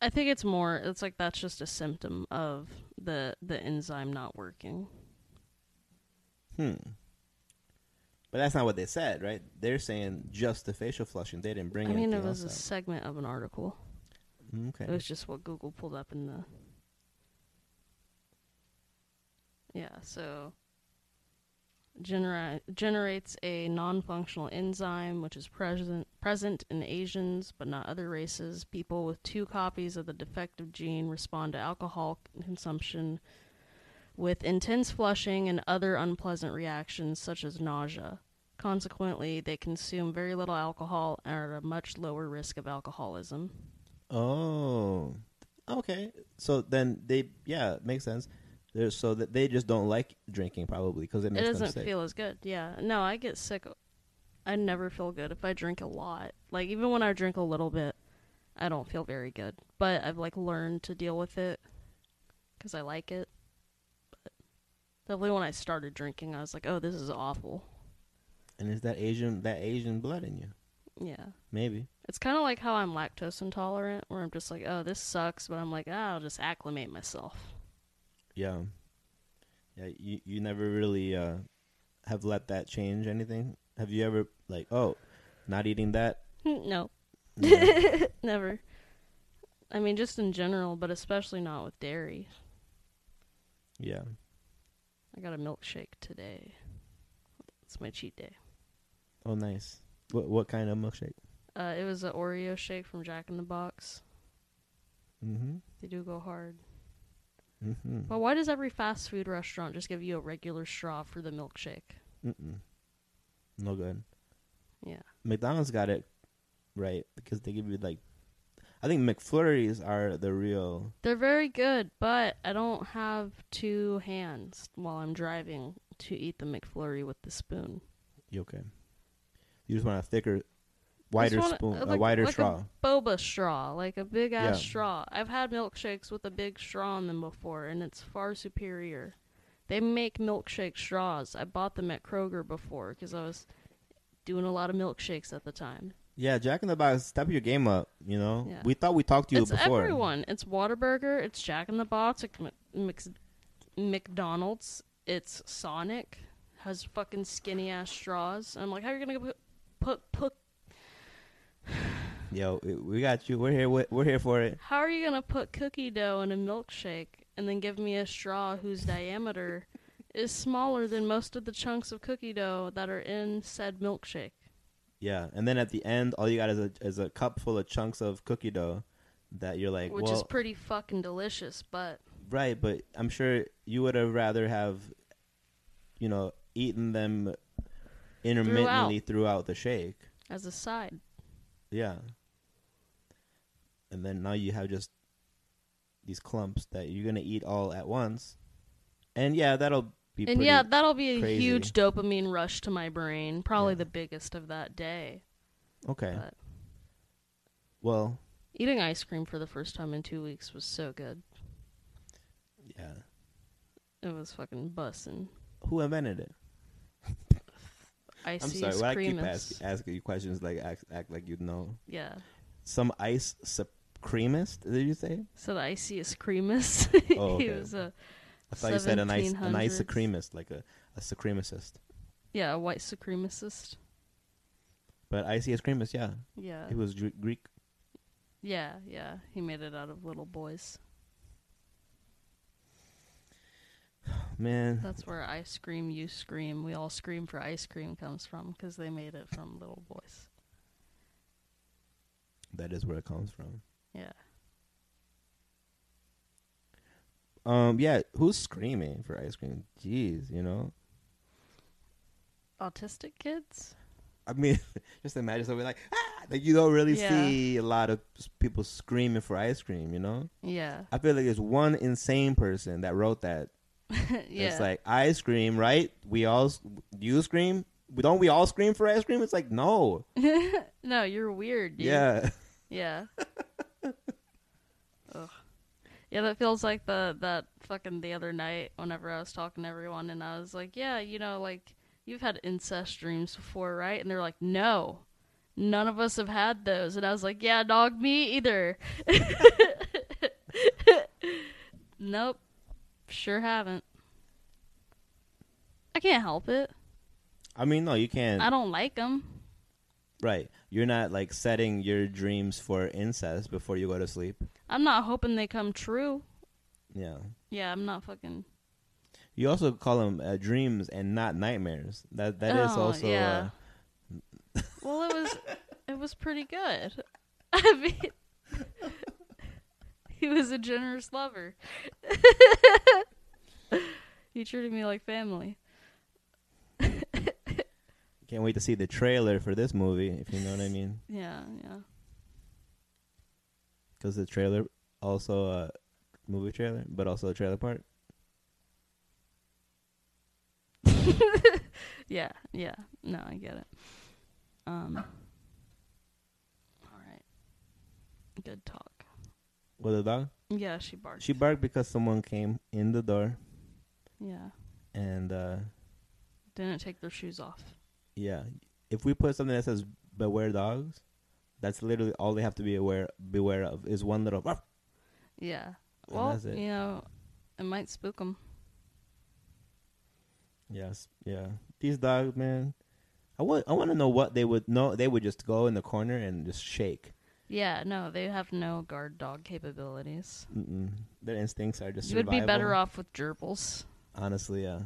I think it's more. It's like that's just a symptom of the the enzyme not working.
Hmm. But that's not what they said, right? They're saying just the facial flushing. They didn't bring.
I mean, it
anything
was a
else
segment of an article.
up. Mm,
It
Okay.
was just what Google pulled up in the. Yeah, so. Genera- generates a non functional enzyme which is present, present in Asians but not other races. People with two copies of the defective gene respond to alcohol consumption with intense flushing and other unpleasant reactions such as nausea. Consequently, they consume very little alcohol and are at a much lower risk of alcoholism.
Oh. Okay. So then they yeah it makes sense. They're, so that they just don't like drinking probably because it
It
makes them
doesn't
sick.
feel as good. Yeah. No, I get sick. I never feel good if I drink a lot. Like even when I drink a little bit, I don't feel very good. But I've like learned to deal with it because I like it. But definitely when I started drinking, I was like, "Oh, this is awful."
and it's that Asian that Asian blood in you
Yeah.
maybe.
It's kind of like how I'm lactose intolerant, where I'm just like, "Oh, this sucks," but I'm like, ah, "I'll just acclimate myself."
Yeah. Yeah. You you never really uh, have let that change anything. Have you ever like oh not eating that?
no,
Yeah.
never. I mean, just in general, but especially not with dairy.
yeah.
I got a milkshake today. It's my cheat day.
Oh nice. What what kind of milkshake?
Uh, it was an Oreo shake from Jack in the Box.
Mm-hmm.
They do go hard.
Mm-hmm.
But why does every fast food restaurant just give you a regular straw for the milkshake?
Mm-mm. No good.
Yeah.
McDonald's got it right because they give you like, I think McFlurries are the real.
They're very good, but I don't have two hands while I'm driving to eat the McFlurry with the spoon.
You okay? You just want a thicker, wider
want a-
spoon, a
like-
wider
like a-
straw.
Boba straw, like a big ass
Yeah.
straw. I've had milkshakes with a big straw in them before, and it's far superior. They make milkshake straws. I bought them at Kroger before because I was doing a lot of milkshakes at the time.
yeah, Jack in the Box, step your game up. You know,
Yeah.
we thought we talked to you
it's
before.
everyone. It's Whataburger. It's Jack in the Box. It's Mc- Mc- McDonald's. It's Sonic. Has fucking skinny ass straws. And I'm like, how are you gonna put put put?
Yo, we got you. We're here. wi- We're here for it.
How are you gonna put cookie dough in a milkshake and then give me a straw whose diameter is smaller than most of the chunks of cookie dough that are in said milkshake?
Yeah, and then at the end, all you got is a is a cup full of chunks of cookie dough that you're like,
Which
well,
is pretty fucking delicious, but
right. But I'm sure you would have rather have, you know, eaten them intermittently throughout, the shake.
as a side,
Yeah, and then now you have just these clumps that you're gonna eat all at once, and yeah, that'll be
and
pretty,
yeah, that'll be a
crazy.
huge dopamine rush to my brain. Probably
Yeah.
the biggest of that day.
okay.
But
Well,
eating ice cream for the first time in two weeks was so good.
yeah.
It was fucking bussin'.
Who invented it?
Ice
I'm sorry. Why I keep ask, asking you questions like act, act like you know.
Yeah.
some ice supremacist. Did you say?
So the icy creamus.
Oh,
he
okay.
was a
I thought you said an ice an ice
1700s.
supremacist, like a a supremacist.
yeah, a white supremacist.
But icy supremacist, yeah,
Yeah.
he was Gre- Greek.
Yeah, yeah. He made it out of little boys.
Man,
That's where I scream, you scream, we all scream for ice cream comes from because they made it from little boys.
that is where it comes from.
Yeah.
Um, yeah, who's screaming for ice cream? Jeez, you know.
Autistic kids?
I mean, just imagine something like ah! like you don't really
Yeah.
see a lot of s- people screaming for ice cream. You know,
Yeah.
I feel like there's one insane person that wrote that
yeah.
It's like I scream, right? We all s- you scream. We Don't we all scream for ice cream? It's like no,
no, you're weird, dude.
yeah,
Yeah. Ugh. Yeah, that feels like the that fucking the other night whenever I was talking to everyone and I was like, Yeah, you know, like you've had incest dreams before, right? And they're like, No. None of us have had those and I was like, Yeah, dog me either. nope. Sure haven't. I can't help it.
I mean no, you can't.
I don't like them.
Right, you're not like setting your dreams for incest before you go to sleep.
I'm not hoping they come true.
Yeah,
Yeah, I'm not fucking
you also call them uh, dreams and not nightmares. That that is
Oh,
also uh,
yeah. Well, it was it was pretty good. I mean, he was a generous lover. he treated me like family.
uh, can't wait to see the trailer for this movie if you know what I mean.
Yeah, yeah.
Because the trailer also uh, movie trailer, but also a trailer part.
Yeah, yeah. No, I get it. Um All right. Good talk.
With a dog,
Yeah, she barked.
she barked because someone came in the door
yeah.
and. uh
Didn't take their shoes off.
Yeah. If we put something that says beware dogs, that's literally all they have to be aware beware of is one little "Ruff,"
Yeah.
and
Well,
that's it.
you know, it might spook them.
Yes. Yeah. These dogs, man. I want I want to know what they would know. They would just go in the corner and just shake.
Yeah, no, they have no guard dog capabilities.
Mm-mm. Their instincts are just
You would be better
survival.
off with gerbils.
Honestly, yeah.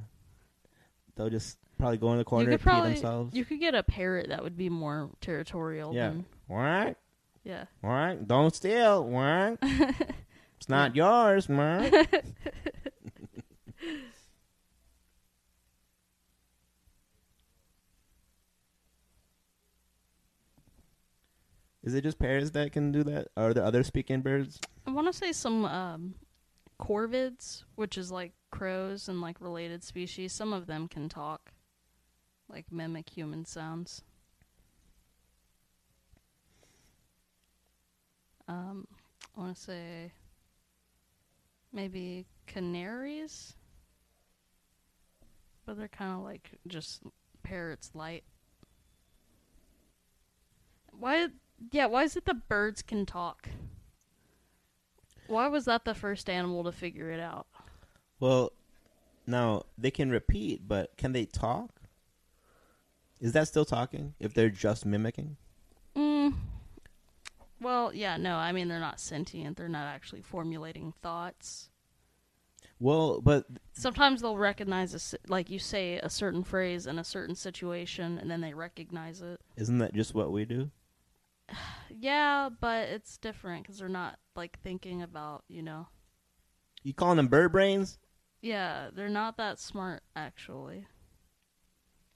They'll just probably go in the corner, pee themselves.
you could get a parrot that would be more territorial.
yeah.
Than,
What?
yeah.
What? Don't steal. What? it's not yours, man. Is it just parrots that can do that? Are there other speaking birds?
I want to say some um, corvids, which is like crows and like related species. Some of them can talk, like mimic human sounds. Um, I want to say maybe canaries, but they're kind of like just parrots light. Why? Yeah, why is it the birds can talk? Why was that the first animal to figure it out?
Well, now they can repeat, but can they talk? Is that still talking if they're just mimicking?
Mm, Well, yeah, no, I mean they're not sentient. They're not actually formulating thoughts.
Well, but
Sometimes they'll recognize a, s- like you say a certain phrase in a certain situation and then they recognize it.
isn't that just what we do?
Yeah, but it's different cuz they're not like thinking about, you know.
You calling them bird brains?
Yeah, they're not that smart actually.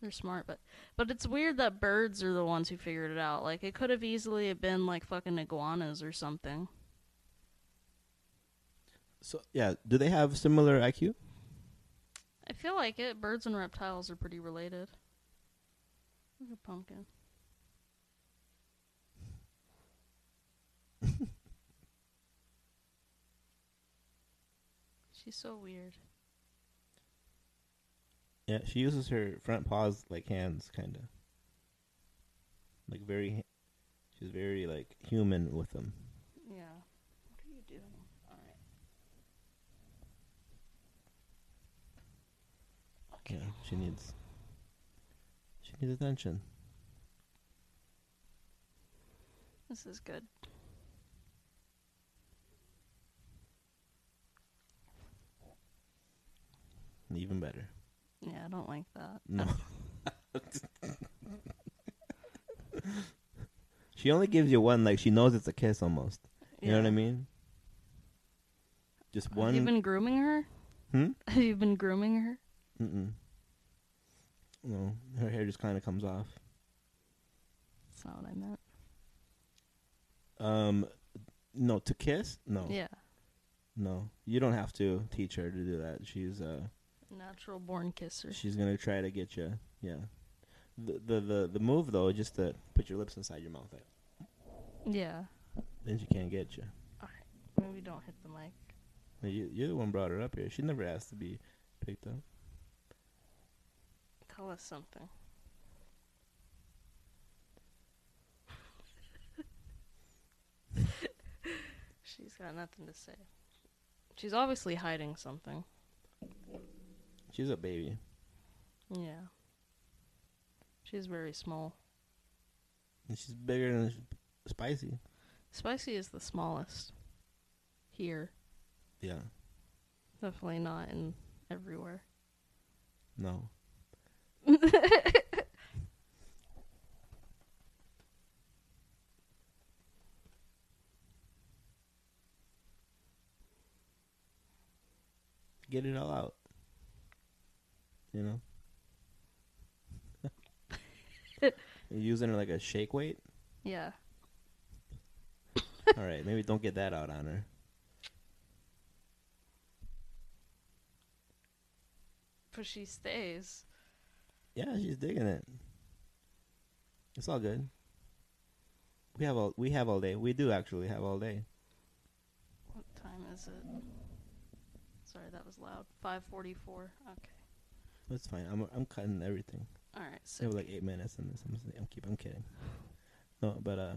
They're smart, but but it's weird that birds are the ones who figured it out. Like it could have easily have been like fucking iguanas or something.
So yeah, do they have similar IQ?
I feel like it. Birds and reptiles are pretty related. Look at pumpkin. She's so weird.
Yeah, she uses her front paws like hands, kind of. Like very, she's very like human with them.
Yeah. What are you doing? All right.
Yeah, she needs. She needs attention.
This is good.
Even better.
Yeah, I don't like that.
No. she only gives you one. Like she knows it's a kiss almost. You know what I mean? Just
Have you
one.
been grooming her?
Hmm?
Have you been grooming her?
Mm-mm. No, her hair just kind of comes off.
That's not what I meant.
Um, no, to kiss? No.
Yeah.
No, you don't have to teach her to do that. She's uh,
Natural born kisser.
she's gonna try to get you. Yeah. The the the, the move though, is just to put your lips inside your mouth, like,
Yeah.
then she can't get you.
Maybe don't hit the mic.
You you're the one brought her up here. She never asked to be picked up.
Tell us something. She's got nothing to say. She's obviously hiding something.
She's a baby.
Yeah. She's very small.
And she's bigger than spicy.
Spicy is the smallest. Here.
Yeah.
Definitely not in everywhere.
No. Get it all out. You know? You're using it like a shake weight?
Yeah.
Alright, maybe don't get that out on her.
But she stays.
Yeah, she's digging it. It's all good. We have all we have all day. We do actually have all day.
What time is it? Sorry, that was loud. 544. Okay.
That's fine. I'm I'm cutting everything.
All right.
I
So
have like eight minutes in this. I'm, just- I'm keep. I'm kidding. No, but uh,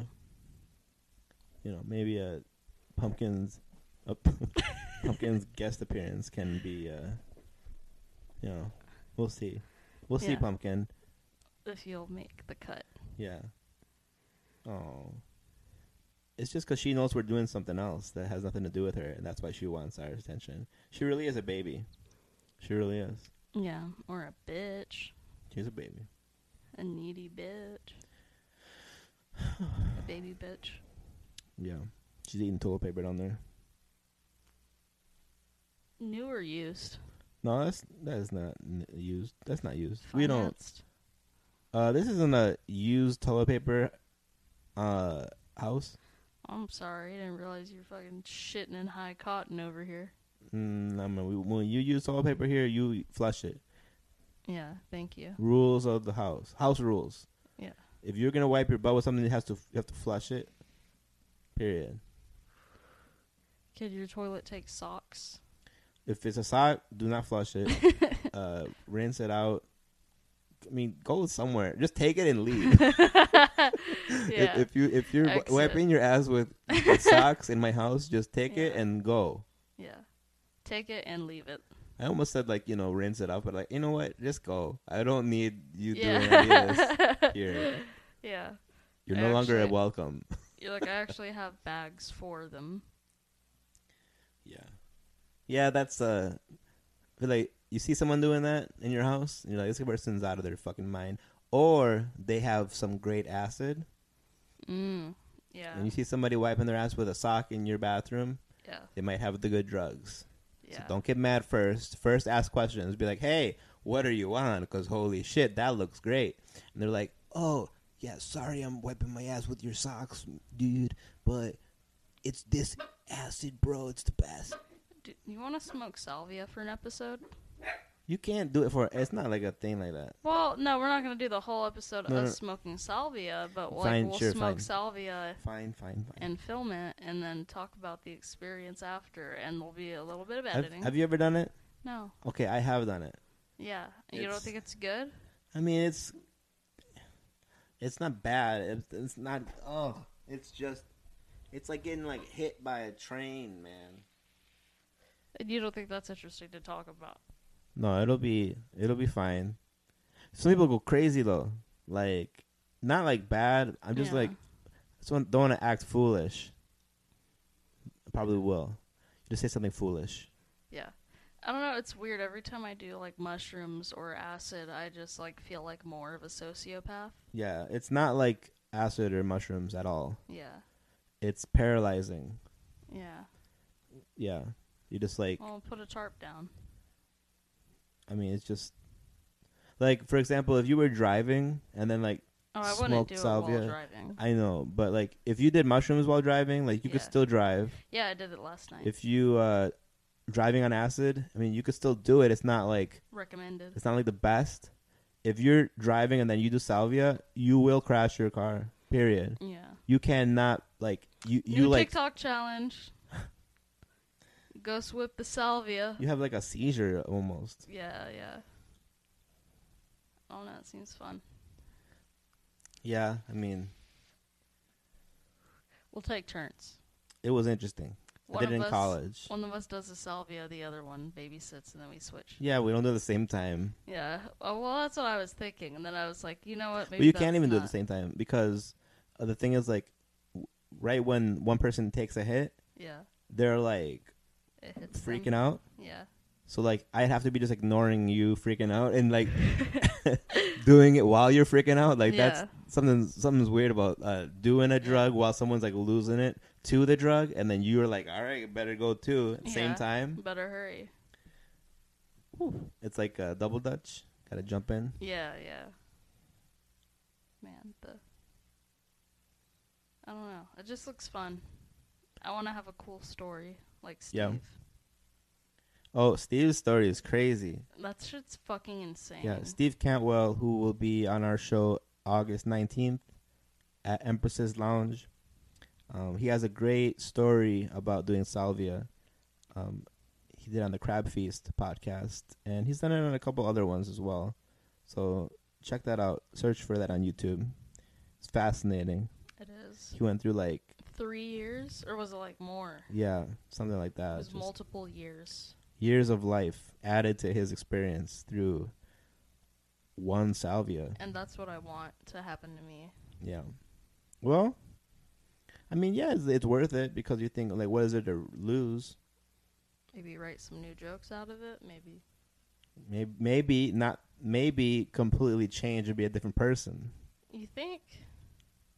you know, maybe a pumpkin's a p- pumpkin's guest appearance can be uh, you know, we'll see, we'll see
Yeah.
pumpkin.
if you'll make the cut.
Yeah. Oh. It's just because she knows we're doing something else that has nothing to do with her, and that's why she wants our attention. She really is a baby. She really is.
Yeah, or a bitch,
She's a baby.
a needy bitch, a baby bitch.
Yeah. She's eating toilet paper down there.
New or used?
No, that's that is not n- used. That's not used. We don't.
Financed?
Uh, this isn't a used toilet paper. Uh, house.
I'm sorry, I didn't realize you're fucking shitting in high cotton over here.
Mm, I mean, we, when you use toilet paper here, you flush it.
Yeah, thank you.
Rules of the house. House rules.
Yeah.
If you're gonna wipe your butt with something, it has to you have to flush it. Period.
Could your toilet take socks?
If it's a sock, do not flush it. uh, rinse it out. I mean, go somewhere. Just take it and leave.
Yeah.
if, if you if you're wi
Exit.
wiping your ass with, with socks in my house, just take it
Yeah.
and go.
yeah. Take it and leave it.
I almost said like you know rinse it out, but like you know what, just go. I don't need you doing any of this
yeah.
here.
yeah.
You're no longer
Actually-
welcome.
You're like, I actually have bags for them.
Yeah.
Yeah, that's uh, I feel like you see someone doing that in your house, and you're like, this person's out of their fucking mind, or they have some great acid,
Mm. Yeah.
and you see somebody wiping their ass with a sock in your bathroom,
Yeah.
they might have the good drugs.
Yeah.
So don't get mad first. First, ask questions. Be like, hey, what are you on? Because holy shit, that looks great. And they're like, oh, yeah, sorry, I'm wiping my ass with your socks, dude, but it's this acid, bro. It's the best.
Do you want to smoke salvia for an episode?
You can't do it for. It's not like a thing like that.
Well, no, we're not going to do the whole episode of
No,
us
no.
smoking salvia, but like
Fine,
we'll
sure,
smoke
fine.
salvia
Fine, fine, fine.
and film it and then talk about the experience after and there'll be a little bit of
Have,
editing.
have you ever done it?
no.
Okay, I have done it.
Yeah. You don't
It's-
think it's good?
I mean, it's it's not bad. It's, it's not. Oh, it's just. It's like getting like hit by a train, man.
And you don't think that's interesting to talk about?
No, it'll be it'll be fine. Some people go crazy though, like not like bad. I'm just
Yeah.
like, just want, don't want to act foolish. I probably will. Just say something foolish.
Yeah. I don't know, it's weird. Every time I do like mushrooms or acid, I just like feel like more of a sociopath.
Yeah, it's not like acid or mushrooms at all.
Yeah.
It's paralyzing.
Yeah.
Yeah, you just like.
Well, put a tarp down.
I mean, it's just like for example, if you were driving and then like
Oh, I wouldn't
Smoked
do it
salvia.
while driving.
I know, but like if you did mushrooms while driving, like you could
Yeah.
still drive.
Yeah, I did it last night.
if you uh driving on acid i mean you could still do it it's not like
Recommended.
it's not like the best if you're driving and then you do salvia you will crash your car period
Yeah.
you cannot like you you
New
like
TikTok challenge. Ghost whip the salvia.
you have like a seizure almost
Yeah, yeah. Oh, no, it seems fun.
yeah i mean
We'll take turns.
it was interesting i did it in
us,
college
One of us does the salvia, the other one babysits, and then we switch.
yeah we don't do it at the same time
Yeah. Oh, well, that's what I was thinking, and then I was like, you know what? Maybe
but you can't
that's
even do it at the
not-
same time because uh, the thing is like w- right when one person takes a hit
Yeah.
they're like
It hits them.
freaking out
Yeah.
So like I'd have to be just ignoring you freaking out and like doing it while you're freaking out. Like that's something something's weird about uh, doing a drug while someone's like losing it to the drug and then you're like, All right, better go too at the
Yeah.
same time.
Better hurry.
It's like a double dutch. Gotta jump in.
Yeah, yeah. Man, the. I don't know. It just looks fun. I want to have a cool story, like Steve.
Yeah. Oh, Steve's story is crazy.
That shit's fucking insane.
Yeah, Steve Cantwell, who will be on our show August 19th at Empress's Lounge. Um, he has a great story about doing salvia. Um, he did it on the Crab Feast podcast, and he's done it on a couple other ones as well. So check that out. Search for that on YouTube. It's fascinating.
It is.
He went through like
Three years? Or was it like more?
yeah, something like
It
that.
was
Uh, Just
multiple years.
years of life added to his experience through one salvia.
And that's what I want to happen to me.
Yeah. Well, I mean, yeah, it's, it's worth it because you think like, what is it to lose?
Maybe write some new jokes out of it. Maybe.
Maybe, maybe not. Maybe completely change and be a different person.
You think?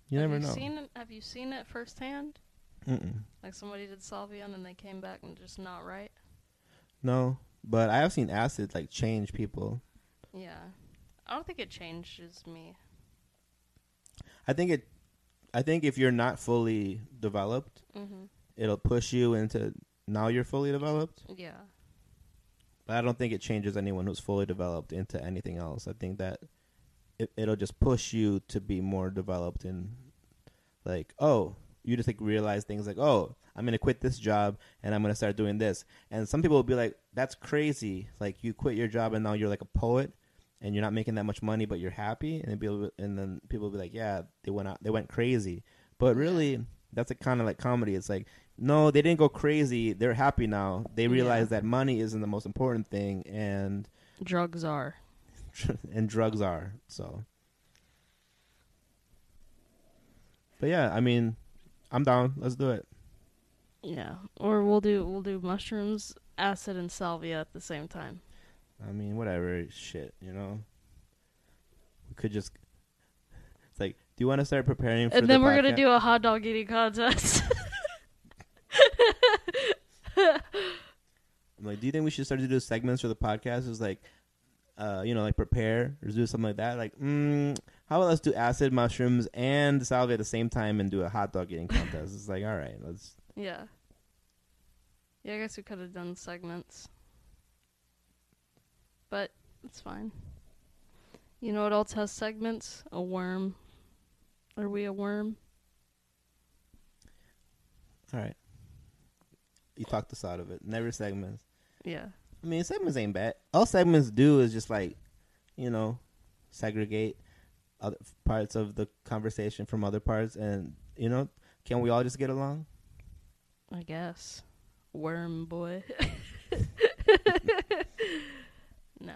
You
have
never
you
know.
Seen it, have you seen it firsthand?
Mm-mm.
Like somebody did salvia and then they came back and just not right?
No, but I have seen acid like change people.
Yeah. I don't think it changes me.
I think it. I think if you're not fully developed,
hmm
it'll push you into now you're fully developed.
Yeah.
But I don't think it changes anyone who's fully developed into anything else. I think that it, it'll just push you to be more developed and like, oh, you just like realize things like, oh, I'm gonna quit this job and I'm gonna start doing this. And some people will be like, that's crazy. Like you quit your job and now you're like a poet and you're not making that much money, but you're happy. And people and then people will be like, yeah, they went out, they went crazy. But really, that's a kind of like comedy. It's like, no, they didn't go crazy. They're happy now. They
Yeah.
realize that money isn't the most important thing, and
Drugs are.
and drugs are so. But yeah, I mean, I'm down. Let's do it.
Yeah, or we'll do we'll do mushrooms, acid, and salvia at the same time.
I mean, whatever. Shit, you know. We could just. It's like, do you want to start preparing for?
and
the
then we're gonna
podca-
do a hot dog eating contest.
I'm like, do you think we should start to do segments for the podcast? It's like, uh, you know, like prepare or do something like that. Like, mm, how about let's do acid mushrooms and salvia at the same time and do a hot dog eating contest? it's like, all right, let's.
yeah. Yeah, I guess we could have done segments. But it's fine. You know what else has segments? A worm. Are we a worm?
All right. You talked us out of it. Never segments.
Yeah.
I mean, segments ain't bad. All segments do is just like, you know, segregate other parts of the conversation from other parts, and you know, can we all just get along?
I guess. Worm boy. no.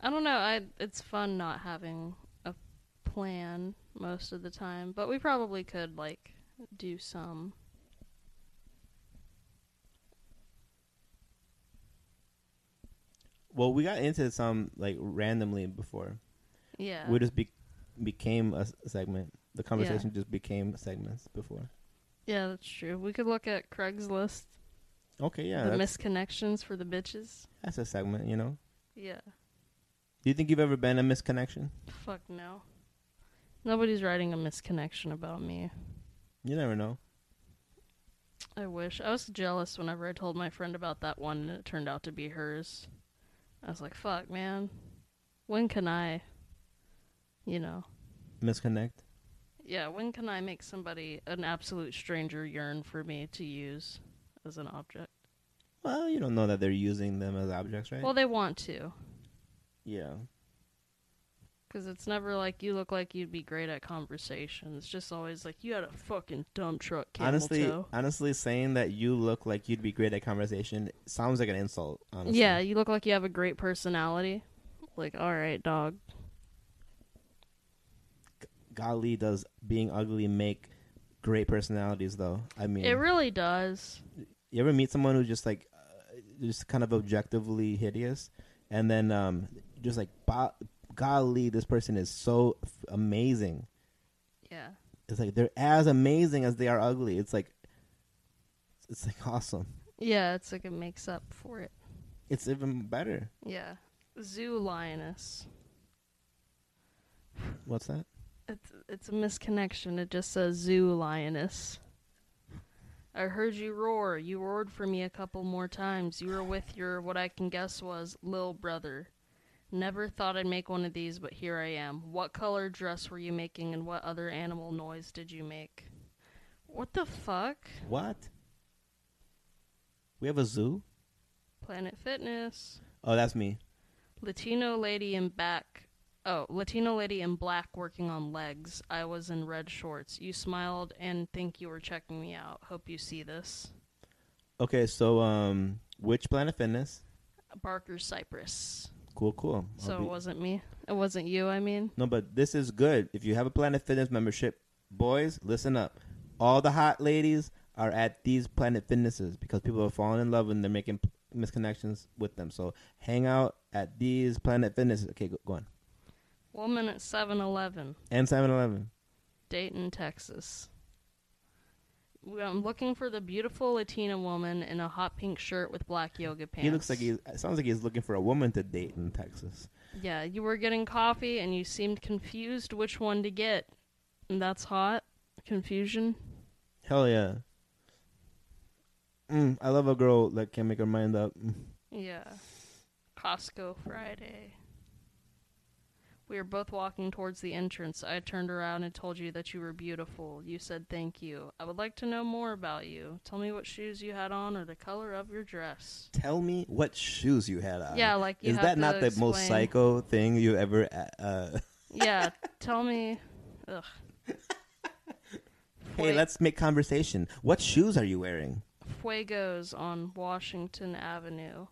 I don't know. I it's fun not having a plan most of the time, but we probably could like do some.
Well, we got into some like randomly before.
Yeah.
we just be- became a s- segment. The conversation just became segments before.
yeah, that's true. We could look at Craigslist,
Okay, yeah,
the
that's,
misconnections for the bitches.
that's a segment. You know,
Yeah.
do you think you've ever been a misconnection?
Fuck no. Nobody's writing a misconnection about me.
You never know.
I wish. I was jealous whenever I told my friend about that one and it turned out to be hers. I was like, fuck, man. When can I, you know,
Misconnect.
yeah, when can I make somebody, an absolute stranger, yearn for me to use as an object?
Well, you don't know that they're using them as objects, right?
Well, they want to.
yeah.
Because it's never like you look like you'd be great at conversation. It's just always like you had a fucking dumb truck camel
honestly,
toe.
honestly, saying that you look like you'd be great at conversation sounds like an insult. Honestly.
Yeah, you look like you have a great personality. Like, all right, dog.
Golly, does being ugly make great personalities? Though. I mean,
It really does.
you ever meet someone who's just like uh, just kind of objectively hideous and then um just like bo- golly this person is so f- amazing
Yeah.
it's like they're as amazing as they are ugly it's like it's like awesome
Yeah, it's like it makes up for it.
it's even better
Yeah. Zoo lioness.
what's that
It's it's a misconnection. It just says zoo lioness. I heard you roar. You roared for me a couple more times. You were with your what I can guess was lil brother. Never thought I'd make one of these, but here I am. What color dress were you making and what other animal noise did you make? What the fuck?
what we have a zoo
Planet Fitness.
oh that's me
Latino lady in back. Oh, Latino lady in black working on legs. I was in red shorts. You smiled and think you were checking me out. Hope you see this.
okay so um which planet fitness
Barker Cypress.
cool cool I'll
So
be-
it wasn't me. It wasn't you, I mean.
No, but this is good. If you have a Planet Fitness membership, boys, listen up. All the hot ladies are at these Planet Fitnesses because people are falling in love and they're making p- misconnections with them. So hang out at these Planet Fitnesses. Okay, go, go on.
Woman at 7 Eleven,
And 7 Eleven.
Dayton, Texas. Well, I'm looking for the beautiful Latina woman in a hot pink shirt with black yoga pants.
He looks like he's, it sounds like he's looking for a woman to date in Texas.
Yeah, you were getting coffee and you seemed confused which one to get. And that's hot. Confusion.
Hell yeah. Mm, I love a girl that can make her mind up. Mm.
Yeah. Costco Friday. We were both walking towards the entrance. I turned around and told you that you were beautiful. You said thank you. I would like to know more about you. Tell me what shoes you had on or the color of your dress.
Tell me what shoes you had on.
Yeah, like you
Uh, Is
have
that
to
not the most
explain-
psycho thing you ever uh, uh,
Yeah, tell me. Ugh.
Hey,
Fue-
let's make conversation. What shoes are you wearing?
Fuegos on Washington Avenue.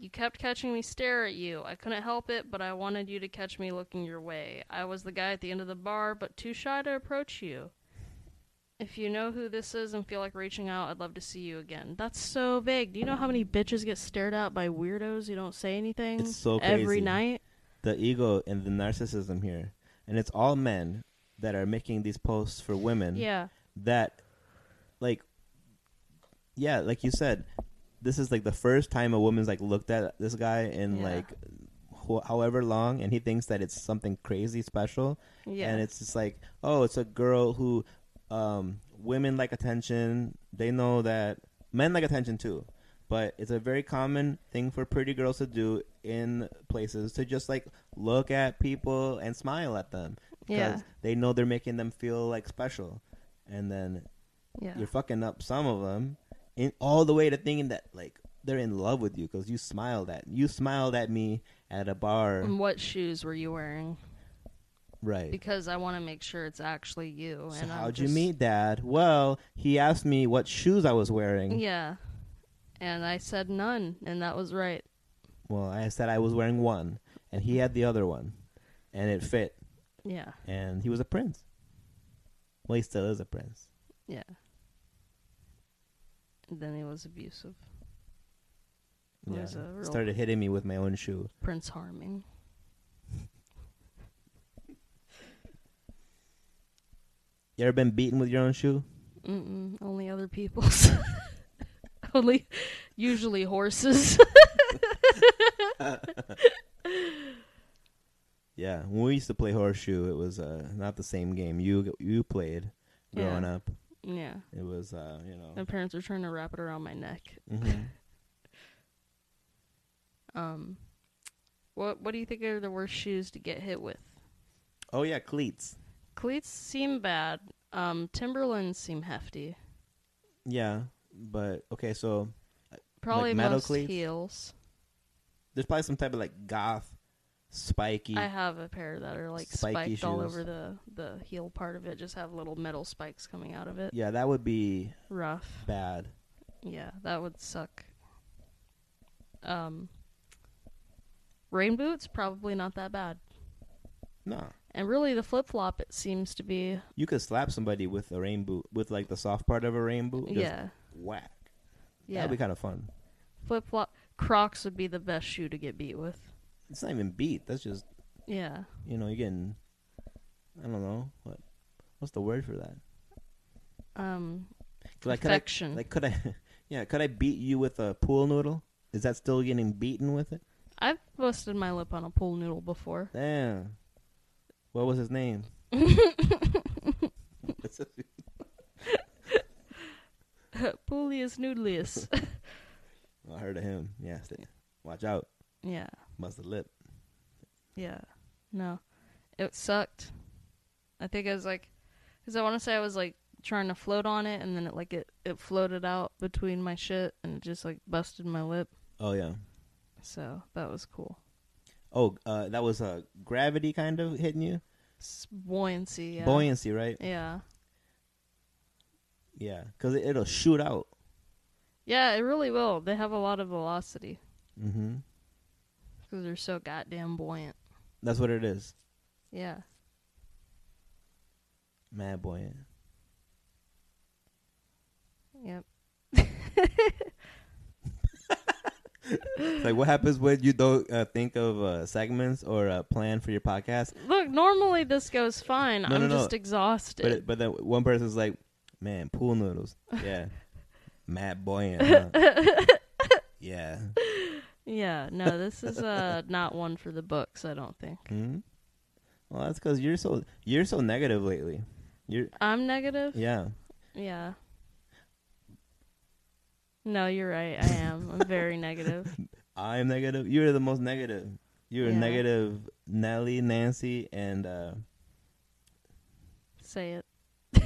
You kept catching me stare at you. I couldn't help it, but I wanted you to catch me looking your way. I was the guy at the end of the bar, but too shy to approach you. If you know who this is and feel like reaching out, I'd love to see you again. That's so vague. Do you know how many bitches get stared at by weirdos who don't say anything
It's so
every
crazy.
night?
the ego and the narcissism here, and it's all men that are making these posts for women.
Yeah.
That, like, yeah, like you said, this is like the first time a woman's like looked at this guy in
Yeah.
like ho however long, and he thinks that it's something crazy special,
Yeah.
and it's just like, oh, it's a girl who, um, women like attention. They know that men like attention too, but it's a very common thing for pretty girls to do in places to just like look at people and smile at them
yeah.
they know they're making them feel like special, and then
Yeah.
you're fucking up some of them, in all the way to thinking that like they're in love with you because you smiled at you smiled at me at a bar,
And what shoes were you wearing?
right?
Because I want to make sure it's actually you.
So
and I'm
how'd you
just-
meet dad? Well, he asked me what shoes I was wearing.
Yeah. And I said none, and that was right.
Well, I said I was wearing one, and he had the other one, and it fit,
Yeah.
and he was a prince. Well, he still is a prince.
Yeah. And then he was abusive. He was a real
started hitting me with my own shoe.
Prince Harming.
You ever been beaten with your own shoe?
Mm-mm, only other people's. only, usually horses.
Yeah, when we used to play horseshoe, it was uh, not the same game you you played growing
Yeah.
up.
yeah.
It was uh, you know.
My parents were trying to wrap it around my neck.
Mhm.
Um, what what do you think are the worst shoes to get hit with?
Oh yeah, cleats.
Cleats seem bad. Um, Timberlands seem hefty.
Yeah, but okay, so
Probably
metal
most
cleats?
heels.
there's probably some type of like goth, spiky.
I have a pair that are like
Spiky
spiked all
shoes.
over the the heel part of it. Just have little metal spikes coming out of it.
yeah, that would be
Rough.
bad.
Yeah, that would suck. Um, rain boots probably not that bad.
No,
And really, the flip flop it seems to be.
you could slap somebody with a rain boot, with like the soft part of a rain boot. Just
yeah,
whack.
yeah.
That'd be kind of fun.
flip flop Crocs would be the best shoe to get beat with.
It's not even beat. That's just
Yeah,
you know you're getting. I don't know what. What's the word for that?
um,
Like could I,
perfection.
like could I yeah, could I beat you with a pool noodle? Is that still getting beaten with it?
I've busted my lip on a pool noodle before.
Damn. What was his name?
Poolius noodlius.
Oh, I heard of him. Yeah. st- Watch out.
yeah,
Must have lip.
yeah. No, it sucked. I think I was like, because I want to say I was like trying to float on it, and then it like it it floated out between my shit, and it just like busted my lip.
Oh yeah.
So that was cool.
Oh, uh, that was uh, gravity kind of hitting you.
S- buoyancy. Yeah.
Buoyancy, right?
Yeah.
Yeah, because it, it'll shoot out.
Yeah, it really will. They have a lot of velocity
Mm-hmm.
because they're so goddamn buoyant.
That's what it is.
Yeah.
Mad buoyant.
Yep.
like what happens when you don't uh, think of uh, segments or a plan for your podcast?
Look, normally this goes fine.
No,
I'm
no, no.
just exhausted.
But it, but then one person's like, "Man, pool noodles." Yeah, Matt Boyan. Huh? yeah.
yeah, no, this is uh not one for the books, I don't think.
Hmm? Well, that's because you're so you're so negative lately. You're
I'm negative?
yeah.
Yeah. No, you're right. I am. I'm very negative.
I'm negative. You're the most negative. You're
Yeah.
negative. Nelly, Nancy, and uh,
Say it.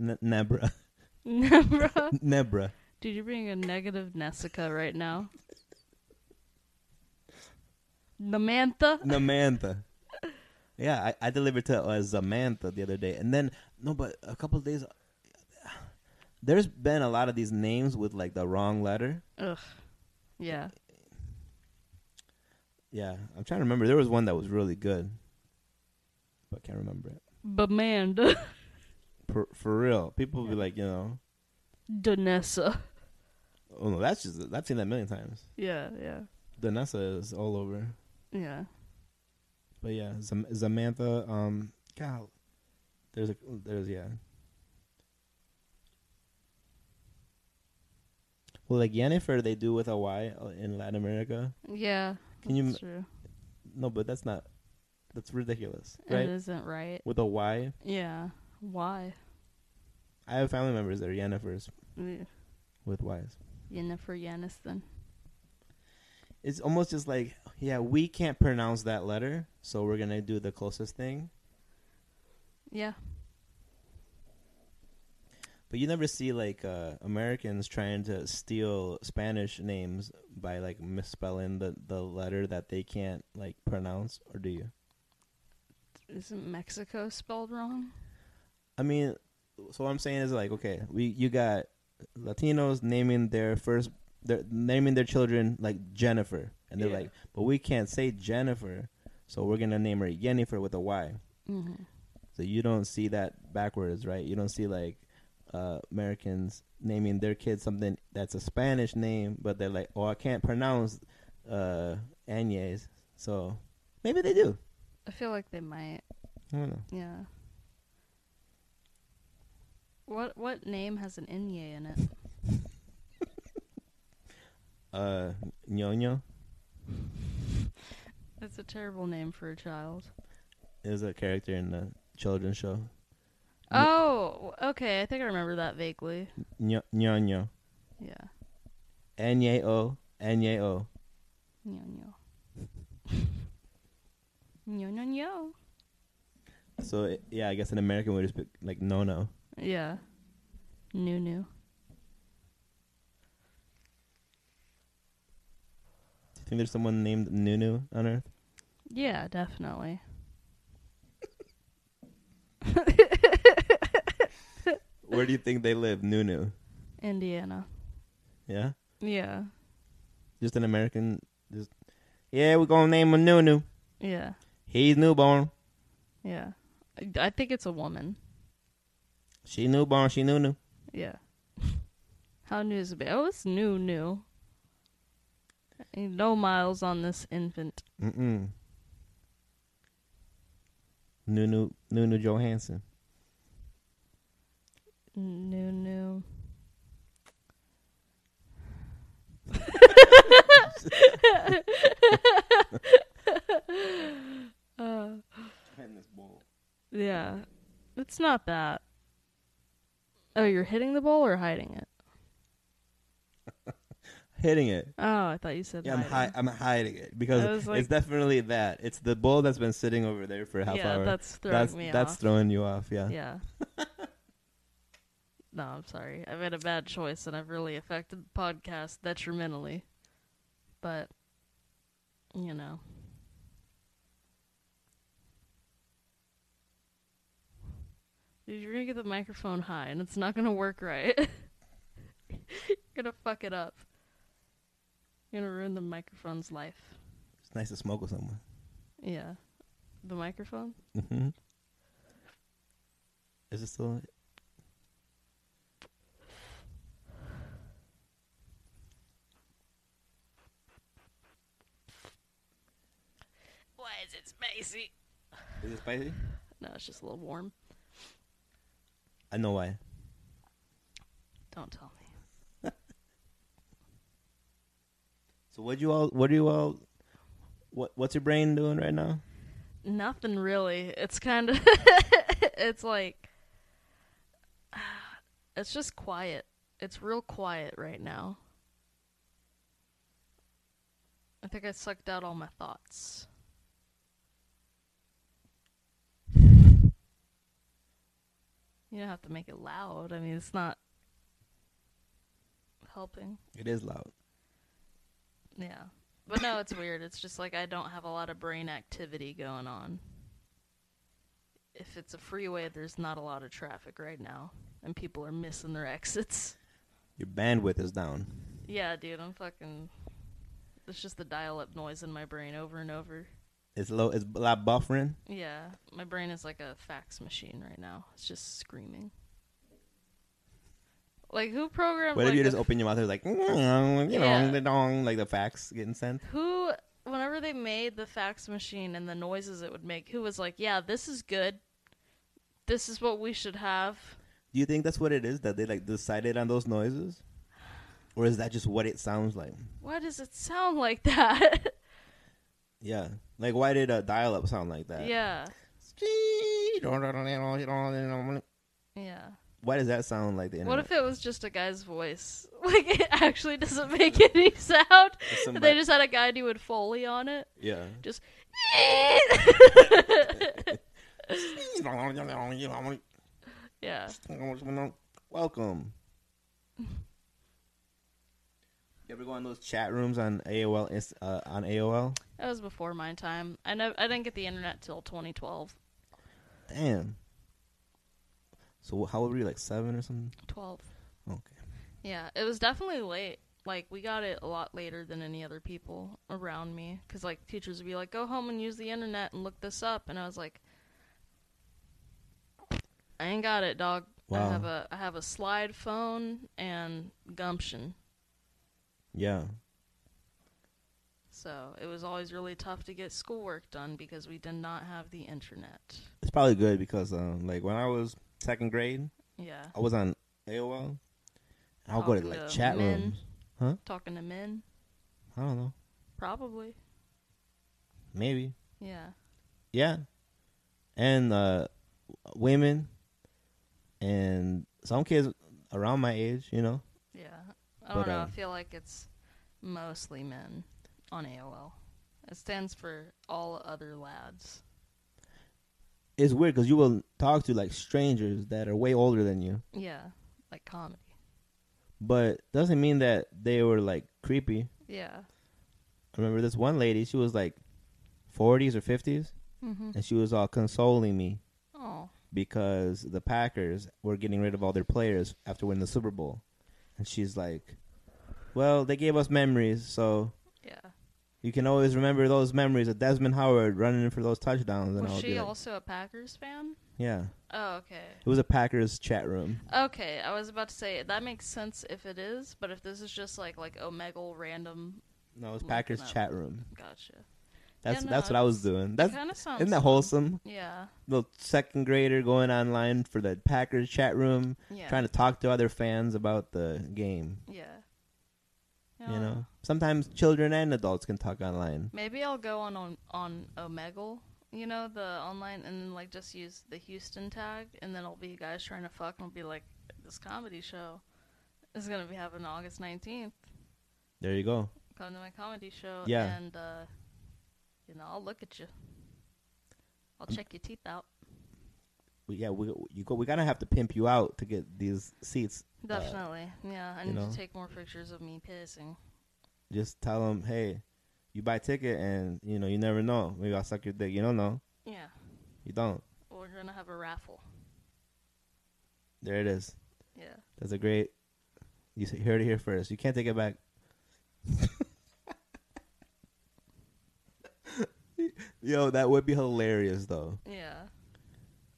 N- Nebra.
Nebra.
Nebra.
Dude, you're being a negative Nessica right now. Namantha?
Namantha. Yeah, I, I delivered to uh, Zamantha the other day, and then no, but a couple of days. There's been a lot of these names with like the wrong letter.
Ugh. Yeah.
Yeah, I'm trying to remember. There was one that was really good, but can't remember it.
Bamanda.
for, for real. People be like, you know,
Danessa.
oh no, that's just I've seen that a million times.
Yeah, yeah,
Danessa is all over.
yeah.
But yeah, Sam- Samantha. Um, God, there's a there's yeah. Well, like Yennefer, they do with a Y uh, in Latin America.
Yeah.
Can you
that's true.
No, but that's not. That's ridiculous, right?
It isn't right.
With a Y,
Yeah. Why?
I have family members that are Yennefers
Ugh.
with Ys.
Yennefer Yaniston.
It's almost just like, yeah, we can't pronounce that letter, so we're gonna do the closest thing.
Yeah.
But you never see like uh, Americans trying to steal Spanish names by like misspelling the, the letter that they can't like pronounce, or do you?
Isn't Mexico spelled wrong?
I mean, so what I'm saying is like, okay, we you got Latinos naming their first, their naming their children like Jennifer, and they're
Yeah.
like, but we can't say Jennifer, so we're gonna name her Yennefer with a Y.
Mm-hmm.
So you don't see that backwards, right? You don't see like uh, Americans naming their kids something that's a Spanish name, but they're like, oh, I can't pronounce uh, Agnes, so maybe they do.
I feel like they might.
I don't know.
Yeah. What what name has an inye in it?
Uh, Ñoño
That's a terrible name for a child.
is a character in the children's show. N-
Oh, okay. I think I remember that vaguely.
Ño- Ñoño.
Yeah.
N-Y-O, N-Y-O.
Nyo nyo. nyo nyo nyo.
So it- yeah, I guess an American would just be like no no.
Yeah. New new.
Do you think there's someone named Nunu on Earth?
Yeah, definitely.
Where do you think they live? Nunu.
Indiana.
Yeah?
Yeah.
Just an American just Yeah, we're gonna name him Nunu.
Yeah.
He's newborn.
Yeah. I, I think it's a woman.
She newborn, she Nunu.
Yeah. How new is it? Oh, it's new, new. Ain't no miles on this infant.
Mm-mm. Nunu Nunu Johansson.
New, new. uh, yeah. It's not that. Oh, you're hitting the ball or hiding it?
Hitting it.
Oh, I thought you said
Yeah, I'm hi-
hiding.
I'm hiding it
I was
because
like-
it's definitely that. It's the ball that's been sitting over there for half
yeah,
hour.
that's throwing
that's
me
that's
off.
throwing you off, yeah.
Yeah. no, I'm sorry. I've made a bad choice and I've really affected the podcast detrimentally. But, you know. Dude, you're gonna get the microphone high and it's not gonna work right. you're gonna fuck it up. You're gonna ruin the microphone's life.
It's nice to smoke with someone.
Yeah. The microphone?
Mm-hmm. Is it still?
Why is it spicy?
Is it spicy?
No, it's just a little warm.
I know why.
Don't tell me.
So what you all? What are you all? What What's your brain doing right now?
Nothing really. It's kind of it's like it's just quiet. It's real quiet right now. I think I sucked out all my thoughts. You don't have to make it loud. I mean, it's not helping.
It is loud.
Yeah. But no, it's weird. It's just like I don't have a lot of brain activity going on. If it's a freeway, there's not a lot of traffic right now, and people are missing their exits.
Your bandwidth is down.
Yeah, dude, I'm fucking. It's just the dial up noise in my brain over and over.
It's low. It's a lot buffering.
Yeah, my brain is like a fax machine right now. It's just screaming. Like who programs?
What if
like,
you
the
just open your mouth? It's like, "Mm, you know,
Oh Yeah.
dong, like the fax getting sent.
who whenever they made the fax machine and the noises it would make who was like yeah this is good this is what we should have
Do you think that's what it is that they like decided on those noises, or is that just what it sounds like?
why does it sound like that
Yeah, like why did a dial-up sound like that?
yeah
Why
yeah
does that sound like the internet?
what if it was just a guy's voice like it actually doesn't make any sound
It's some
they
ba-
just had a guy doing foley on it
yeah.
just yeah
Welcome. You ever go on those chat rooms on AOL? Inst- Uh, on AOL?
that was before my time i know i didn't get the internet till 2012
Damn. So wh- how old were you? Like seven or something?
12
Okay.
Yeah, it was definitely late. Like we got it a lot later than any other people around me cuz like teachers would be like, "Go home and use the internet and look this up." And I was like, "I ain't got it, dog.
Wow.
I have a I have a slide phone and gumption."
Yeah.
So, it was always really tough to get schoolwork done because we did not have the internet.
It's probably good because um, like when I was second grade,
Yeah.
I was on AOL. I'll go to
Talking
like
to
chat
men.
rooms.
Talking to men,
I don't know.
probably.
Maybe.
Yeah.
Yeah. And uh women and some kids around my age, you know.
Yeah. I don't
But,
know.
uh,
I feel like it's mostly men on AOL. It stands for all other lads.
It's weird cuz you will talk to like strangers that are way older than you,
Yeah. Like comedy.
but doesn't mean that they were like creepy.
Yeah.
I remember this one lady, she was like 40s or 50s
Mm-hmm.
and she was all consoling me
Oh.
because the Packers were getting rid of all their players after winning the Super Bowl. And she's like, "Well, they gave us memories, so
Yeah.
you can always remember those memories of Desmond Howard running for those touchdowns." And
Was
I'll
she
be like,
also a Packers fan?
"Yeah,
Oh, okay.
it was a Packers chat room."
Okay, I was about to say that makes sense if it is, but if this is just like like Omegle random,
No, it was
Look
Packers
them up.
chat room.
gotcha.
That's
Yeah, no,
that's what I was doing. That's
Kind of sounds.
isn't that
fun.
wholesome?
Yeah,
Little second grader going online for the Packers chat room,
yeah,
trying to talk to other fans about the game.
yeah.
You know, sometimes children and adults can talk online.
Maybe I'll go on on, on Omegle, you know, the online, and then like just use the Houston tag, and then I'll be guys trying to fuck, and I'll be like, this comedy show is gonna be happening August nineteenth.
There you go.
Come to my comedy show,
Yeah.
and uh, you know, I'll look at you. I'll check your teeth out.
we, yeah, we you go. We gotta have to pimp you out to get these seats. Uh,
Definitely, yeah. I
you
need
know.
to take more pictures of me pissing.
just tell them, hey, you buy a ticket, and you know you never know. Maybe I'll suck your dick. You don't know.
Yeah,
You don't.
we're gonna have a raffle.
There it is.
Yeah,
That's a great. You s- heard it here first. You can't take it back. Yo, that would be hilarious though.
yeah,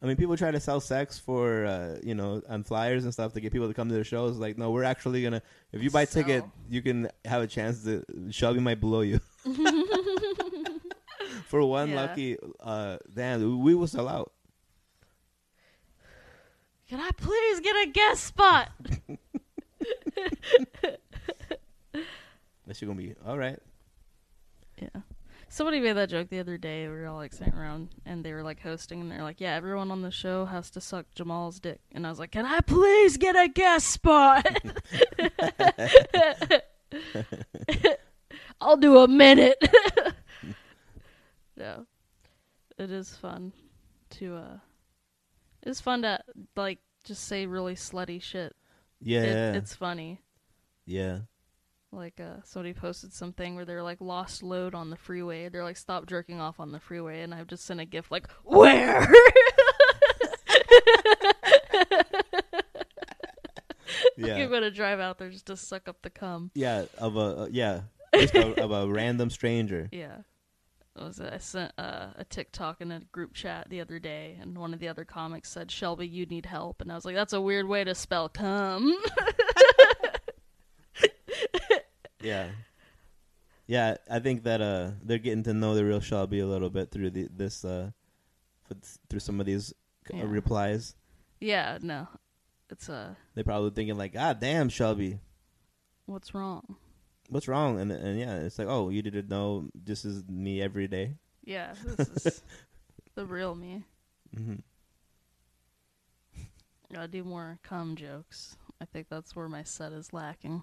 I mean, people try to sell sex for uh, you know on flyers and stuff to get people to come to their shows. Like, no, we're actually gonna. If you buy ticket,
Sell.
you can have a chance to. Shelby might blow you. for one
Yeah.
lucky, uh, damn, we will sell out.
Can I please get a guest spot?
That's gonna be all right.
Yeah. Somebody made that joke the other day. We were all like sitting around and they were like hosting and they're like, Yeah, everyone on the show has to suck Jamal's dick. And I was like, Can I please get a guest spot? I'll do a minute. no. It is fun to uh it's fun to like just say really slutty shit.
Yeah,
It, it's funny.
yeah.
Like uh, somebody posted something where they're like lost load on the freeway. They're like stop jerking off on the freeway, and I've just sent a gif like where.
yeah,
I'm gonna drive out there just to suck up the cum.
yeah. Of a uh, yeah, just a, of a random stranger.
Yeah, What was it? I sent uh, a TikTok in a group chat the other day, and one of the other comics said, "Shelby, you need help," and I was like, "That's a weird way to spell come."
Yeah. Yeah, I think that uh they're getting to know the real Shelby a little bit through the, this uh f- through some of these uh,
Yeah.
replies.
yeah, no, it's uh,
They're probably thinking like, "God damn, Shelby,
what's wrong?
what's wrong?" And and yeah, it's like, "Oh, you didn't know this is me every day."
Yeah, this is the real me.
Mhm.
Gotta do more cum jokes. I think that's where my set is lacking.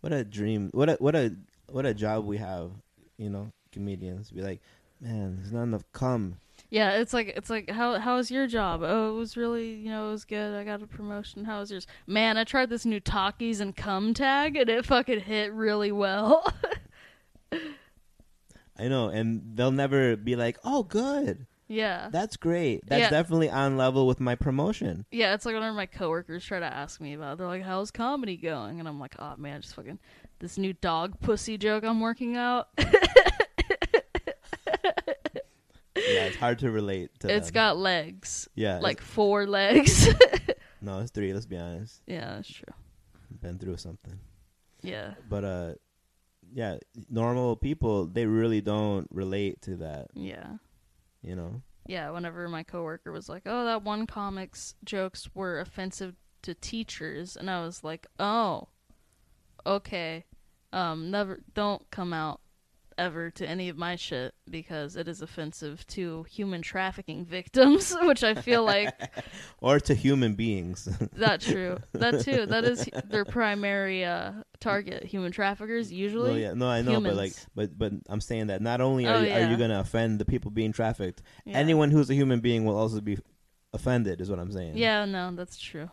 What a dream. What a what a what a job we have, you know, comedians. Be like, "Man, there's not enough cum."
Yeah, it's like it's like how how was your job? Oh, it was really you know it was good. I got a promotion. How was yours? Man, I tried this new Takis and cum tag, and it fucking hit really well.
I know, and they'll never be like, "Oh, good.
yeah,
That's great. That's
Yeah.
definitely on level with my promotion."
yeah. It's like whenever my coworkers try to ask me about, it, they're like, "How's comedy going?" And I'm like, "Oh man, just fucking this new dog pussy joke I'm working out.
yeah, it's hard to relate to.
It's
them.
got legs,
yeah,
like
it's-
four legs."
no, it's three. Let's be honest,
yeah, that's true.
been through something,
Yeah,
but uh, yeah, normal people they really don't relate to that,
yeah.
you know.
Yeah, whenever my coworker was like, "Oh, that one comic's jokes were offensive to teachers," and I was like, "Oh, okay, um, never, don't come out ever to any of my shit because it is offensive to human trafficking victims," which I feel like
Or to human beings,
that true, that too, that is their primary uh, target, human traffickers usually.
no, yeah, no, I know, but like,
humans.
but but I'm saying that not only are,
Oh,
you, are
yeah.
you gonna offend the people being trafficked,
Yeah.
anyone who's a human being will also be offended, is what I'm saying.
Yeah, no, that's true,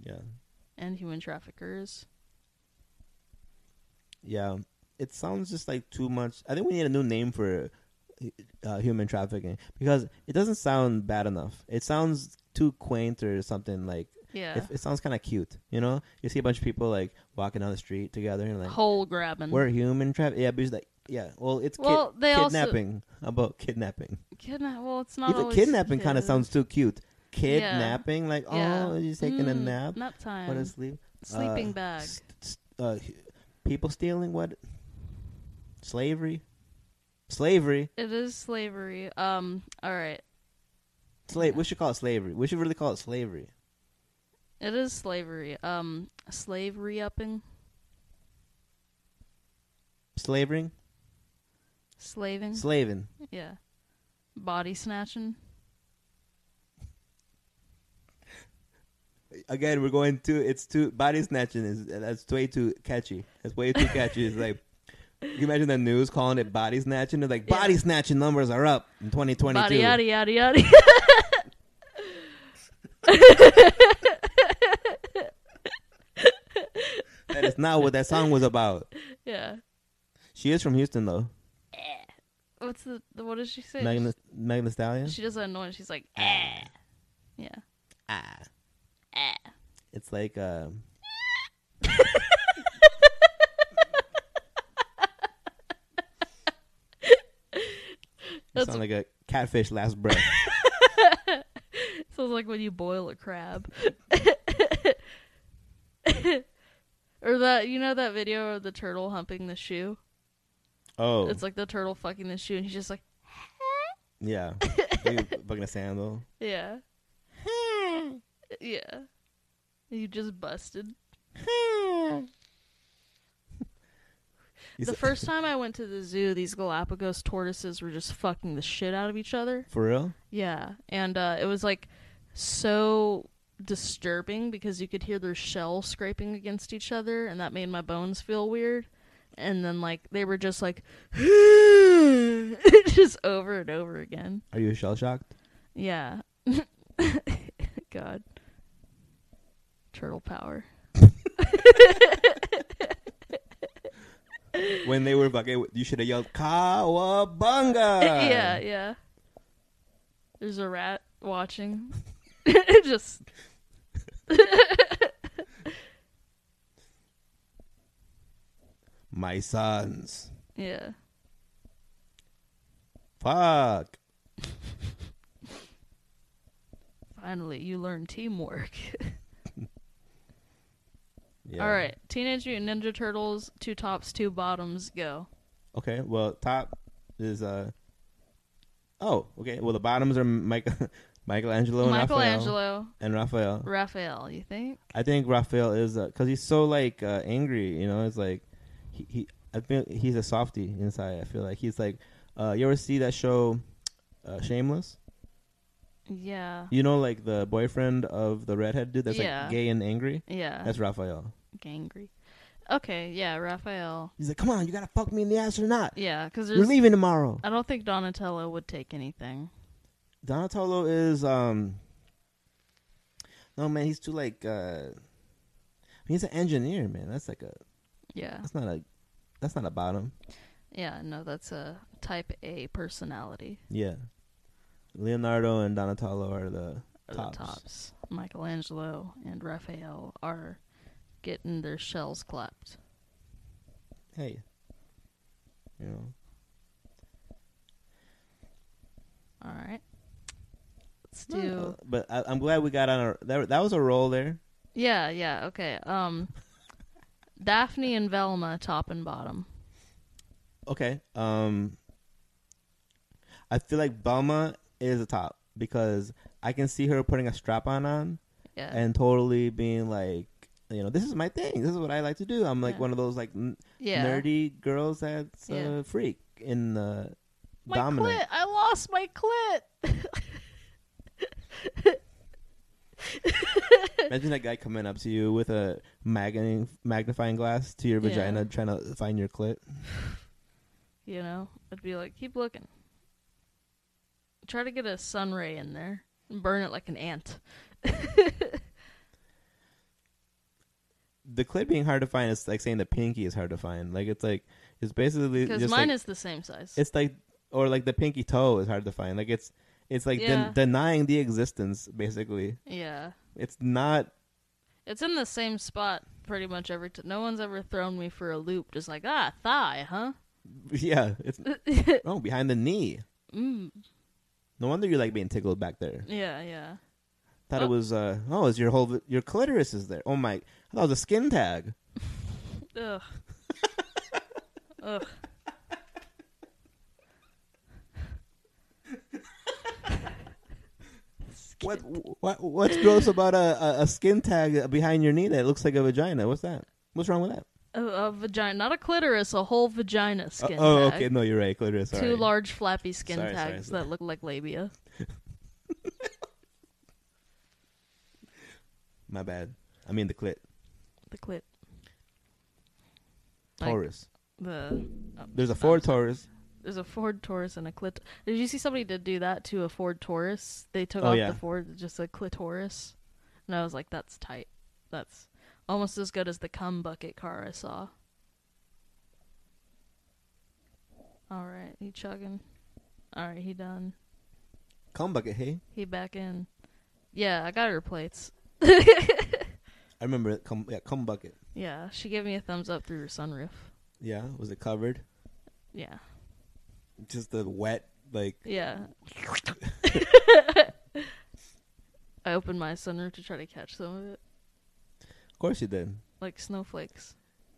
yeah,
and human traffickers.
yeah. It sounds just like too much. I think we need a new name for uh, human trafficking because it doesn't sound bad enough. It sounds too quaint or something like
Yeah,
It, it sounds kind of cute, you know. You see a bunch of people like walking down the street together and like
hole grabbing.
we're human traffic. Yeah, but it's like yeah. Well, it's kid-
Well, they also-
kidnapping. How about kidnapping?
Kidna- well, it's not
Even
always
kidnapping kind of
kids.
sounds too cute. Kidnapping, like
Yeah.
oh, he's taking a
Mm,
nap.
Nap time.
What is sleep?
Sleeping
uh,
bag.
st- st- uh, hu- people stealing what? Slavery. Slavery.
It is slavery. Um. All right.
Slave. We should call it slavery. We should really call it slavery.
It is slavery. Um. Slave re-upping.
Slavering.
Slaving.
Slaving.
yeah. Body snatching.
again, we're going to it's too body snatching is that's way too catchy. That's way too catchy. It's like can you imagine the news calling it body snatching? They're like
Yeah.
body snatching numbers are up in 2022.
Body yada yada yada.
That is not what that song was about.
yeah.
She is from Houston though.
What's the, the what does she say?
Megan Thee- Megan Thee Stallion.
She does that noise. She's like, ah. Yeah.
Ah,
Ah.
it's like um. You
That's
sound like a catfish last breath.
Sounds like when you boil a crab. or that you know that video of the turtle humping the shoe?
Oh,
It's like the turtle fucking the shoe and he's just like
yeah, Like a- fucking a sandal.
Yeah. yeah. You just busted.
You
the
s-
first time I went to the zoo, these Galapagos tortoises were just fucking the shit out of each other.
For real?
Yeah, and uh, it was like so disturbing because you could hear their shells scraping against each other, and that made my bones feel weird. And then like they were just like just over and over again.
Are you shell shocked?
Yeah. God. Turtle power.
when they were fucking, you should have yelled "Kawabunga!"
yeah, yeah. There's a rat watching. just
My sons.
Yeah.
Fuck.
Finally, you learn teamwork.
Yeah.
All right. Teenage Mutant Ninja Turtles, two tops, two bottoms, go.
Okay. Well, top is uh. Oh, okay. Well, the bottoms are Mike, Michelangelo and Raphael.
Michelangelo,
And Raphael.
Raphael, you think?
I think Raphael is because he's so like uh, angry. You know, it's like he, he I feel he's a softy inside. I feel like he's like uh, you ever see that show uh, Shameless?
Yeah.
You know, like the boyfriend of the redhead dude that's
Yeah. Uh-huh.
like gay and angry.
Yeah.
That's Raphael.
Gangry. Okay, yeah, Raphael.
He's like, come on, you gotta fuck me in the ass or not?
Yeah, because
You're
there's.
leaving tomorrow.
I don't think Donatello would take anything.
Donatello is um. No man, he's too like. uh He's an engineer, man. That's like a.
Yeah.
That's not a. That's not a bottom.
Yeah, no, that's a type A personality.
Yeah. Leonardo and Donatello are the
Are
tops.
The tops. Michelangelo and Raphael are getting their shells clapped.
Hey. You know.
All right. Let's
no,
do.
But I, I'm glad we got on a that, that was a roll there.
Yeah, yeah, okay. Um, Daphne and Velma, top and bottom.
Okay. Um I feel like Belma is a top because I can see her putting a strap on on
Yeah.
and totally being like, you know, this is my thing. This is what I like to do. I'm like
Yeah.
one of those like n-
yeah.
nerdy girls that's
Yeah.
a freak in the
My
dominant.
clit! I lost my clit!
Imagine that guy coming up to you with a magnifying magnifying glass to your
Yeah.
vagina, trying to find your clit.
You know, I'd be like, keep looking. Try to get a sun ray in there and burn it like an ant.
The clit being hard to find is like saying the pinky is hard to find. Like it's like it's basically
Because
just
mine
like,
is the same size.
it's like or like the pinky toe is hard to find. Like it's it's like den-
Yeah.
denying the existence. Basically,
yeah.
it's not.
It's in the same spot pretty much every time. No one's ever thrown me for a loop, just like, ah, thigh, huh?
Yeah, it's oh behind the knee.
Mm.
No wonder you like being tickled back there.
Yeah, yeah.
Thought it
Oh.
was uh oh, is your whole your clitoris is there? Oh my, I thought it was a skin tag.
Ugh. Ugh.
What what what's gross about a, a, a skin tag behind your knee that looks like a vagina? What's that? What's wrong with that?
A, a vagina, not a clitoris, a whole vagina skin
oh,
tag.
okay. No, you're right. Clitoris. Sorry.
Two large flappy skin
Sorry, sorry,
tags
sorry.
that look like labia.
My bad. I mean the clit.
The clit. Like-
Taurus.
The
There's a Ford Taurus.
there's a Ford Taurus and a clit. Did you see somebody did do that to a Ford Taurus? They took
Oh,
off
yeah.
the Ford just a clitoris, and I was like, that's tight. That's almost as good as the cum bucket car I saw. All right, he chugging. All right, he done.
Cum bucket. Hey,
He back in. Yeah, I got her plates.
I remember it. Cum, yeah, cum bucket.
Yeah, she gave me a thumbs up through her sunroof.
Yeah. Was it covered?
Yeah,
Just the wet like.
yeah. I opened my sunroof to try to catch some of it,
Of course you did.
like snowflakes.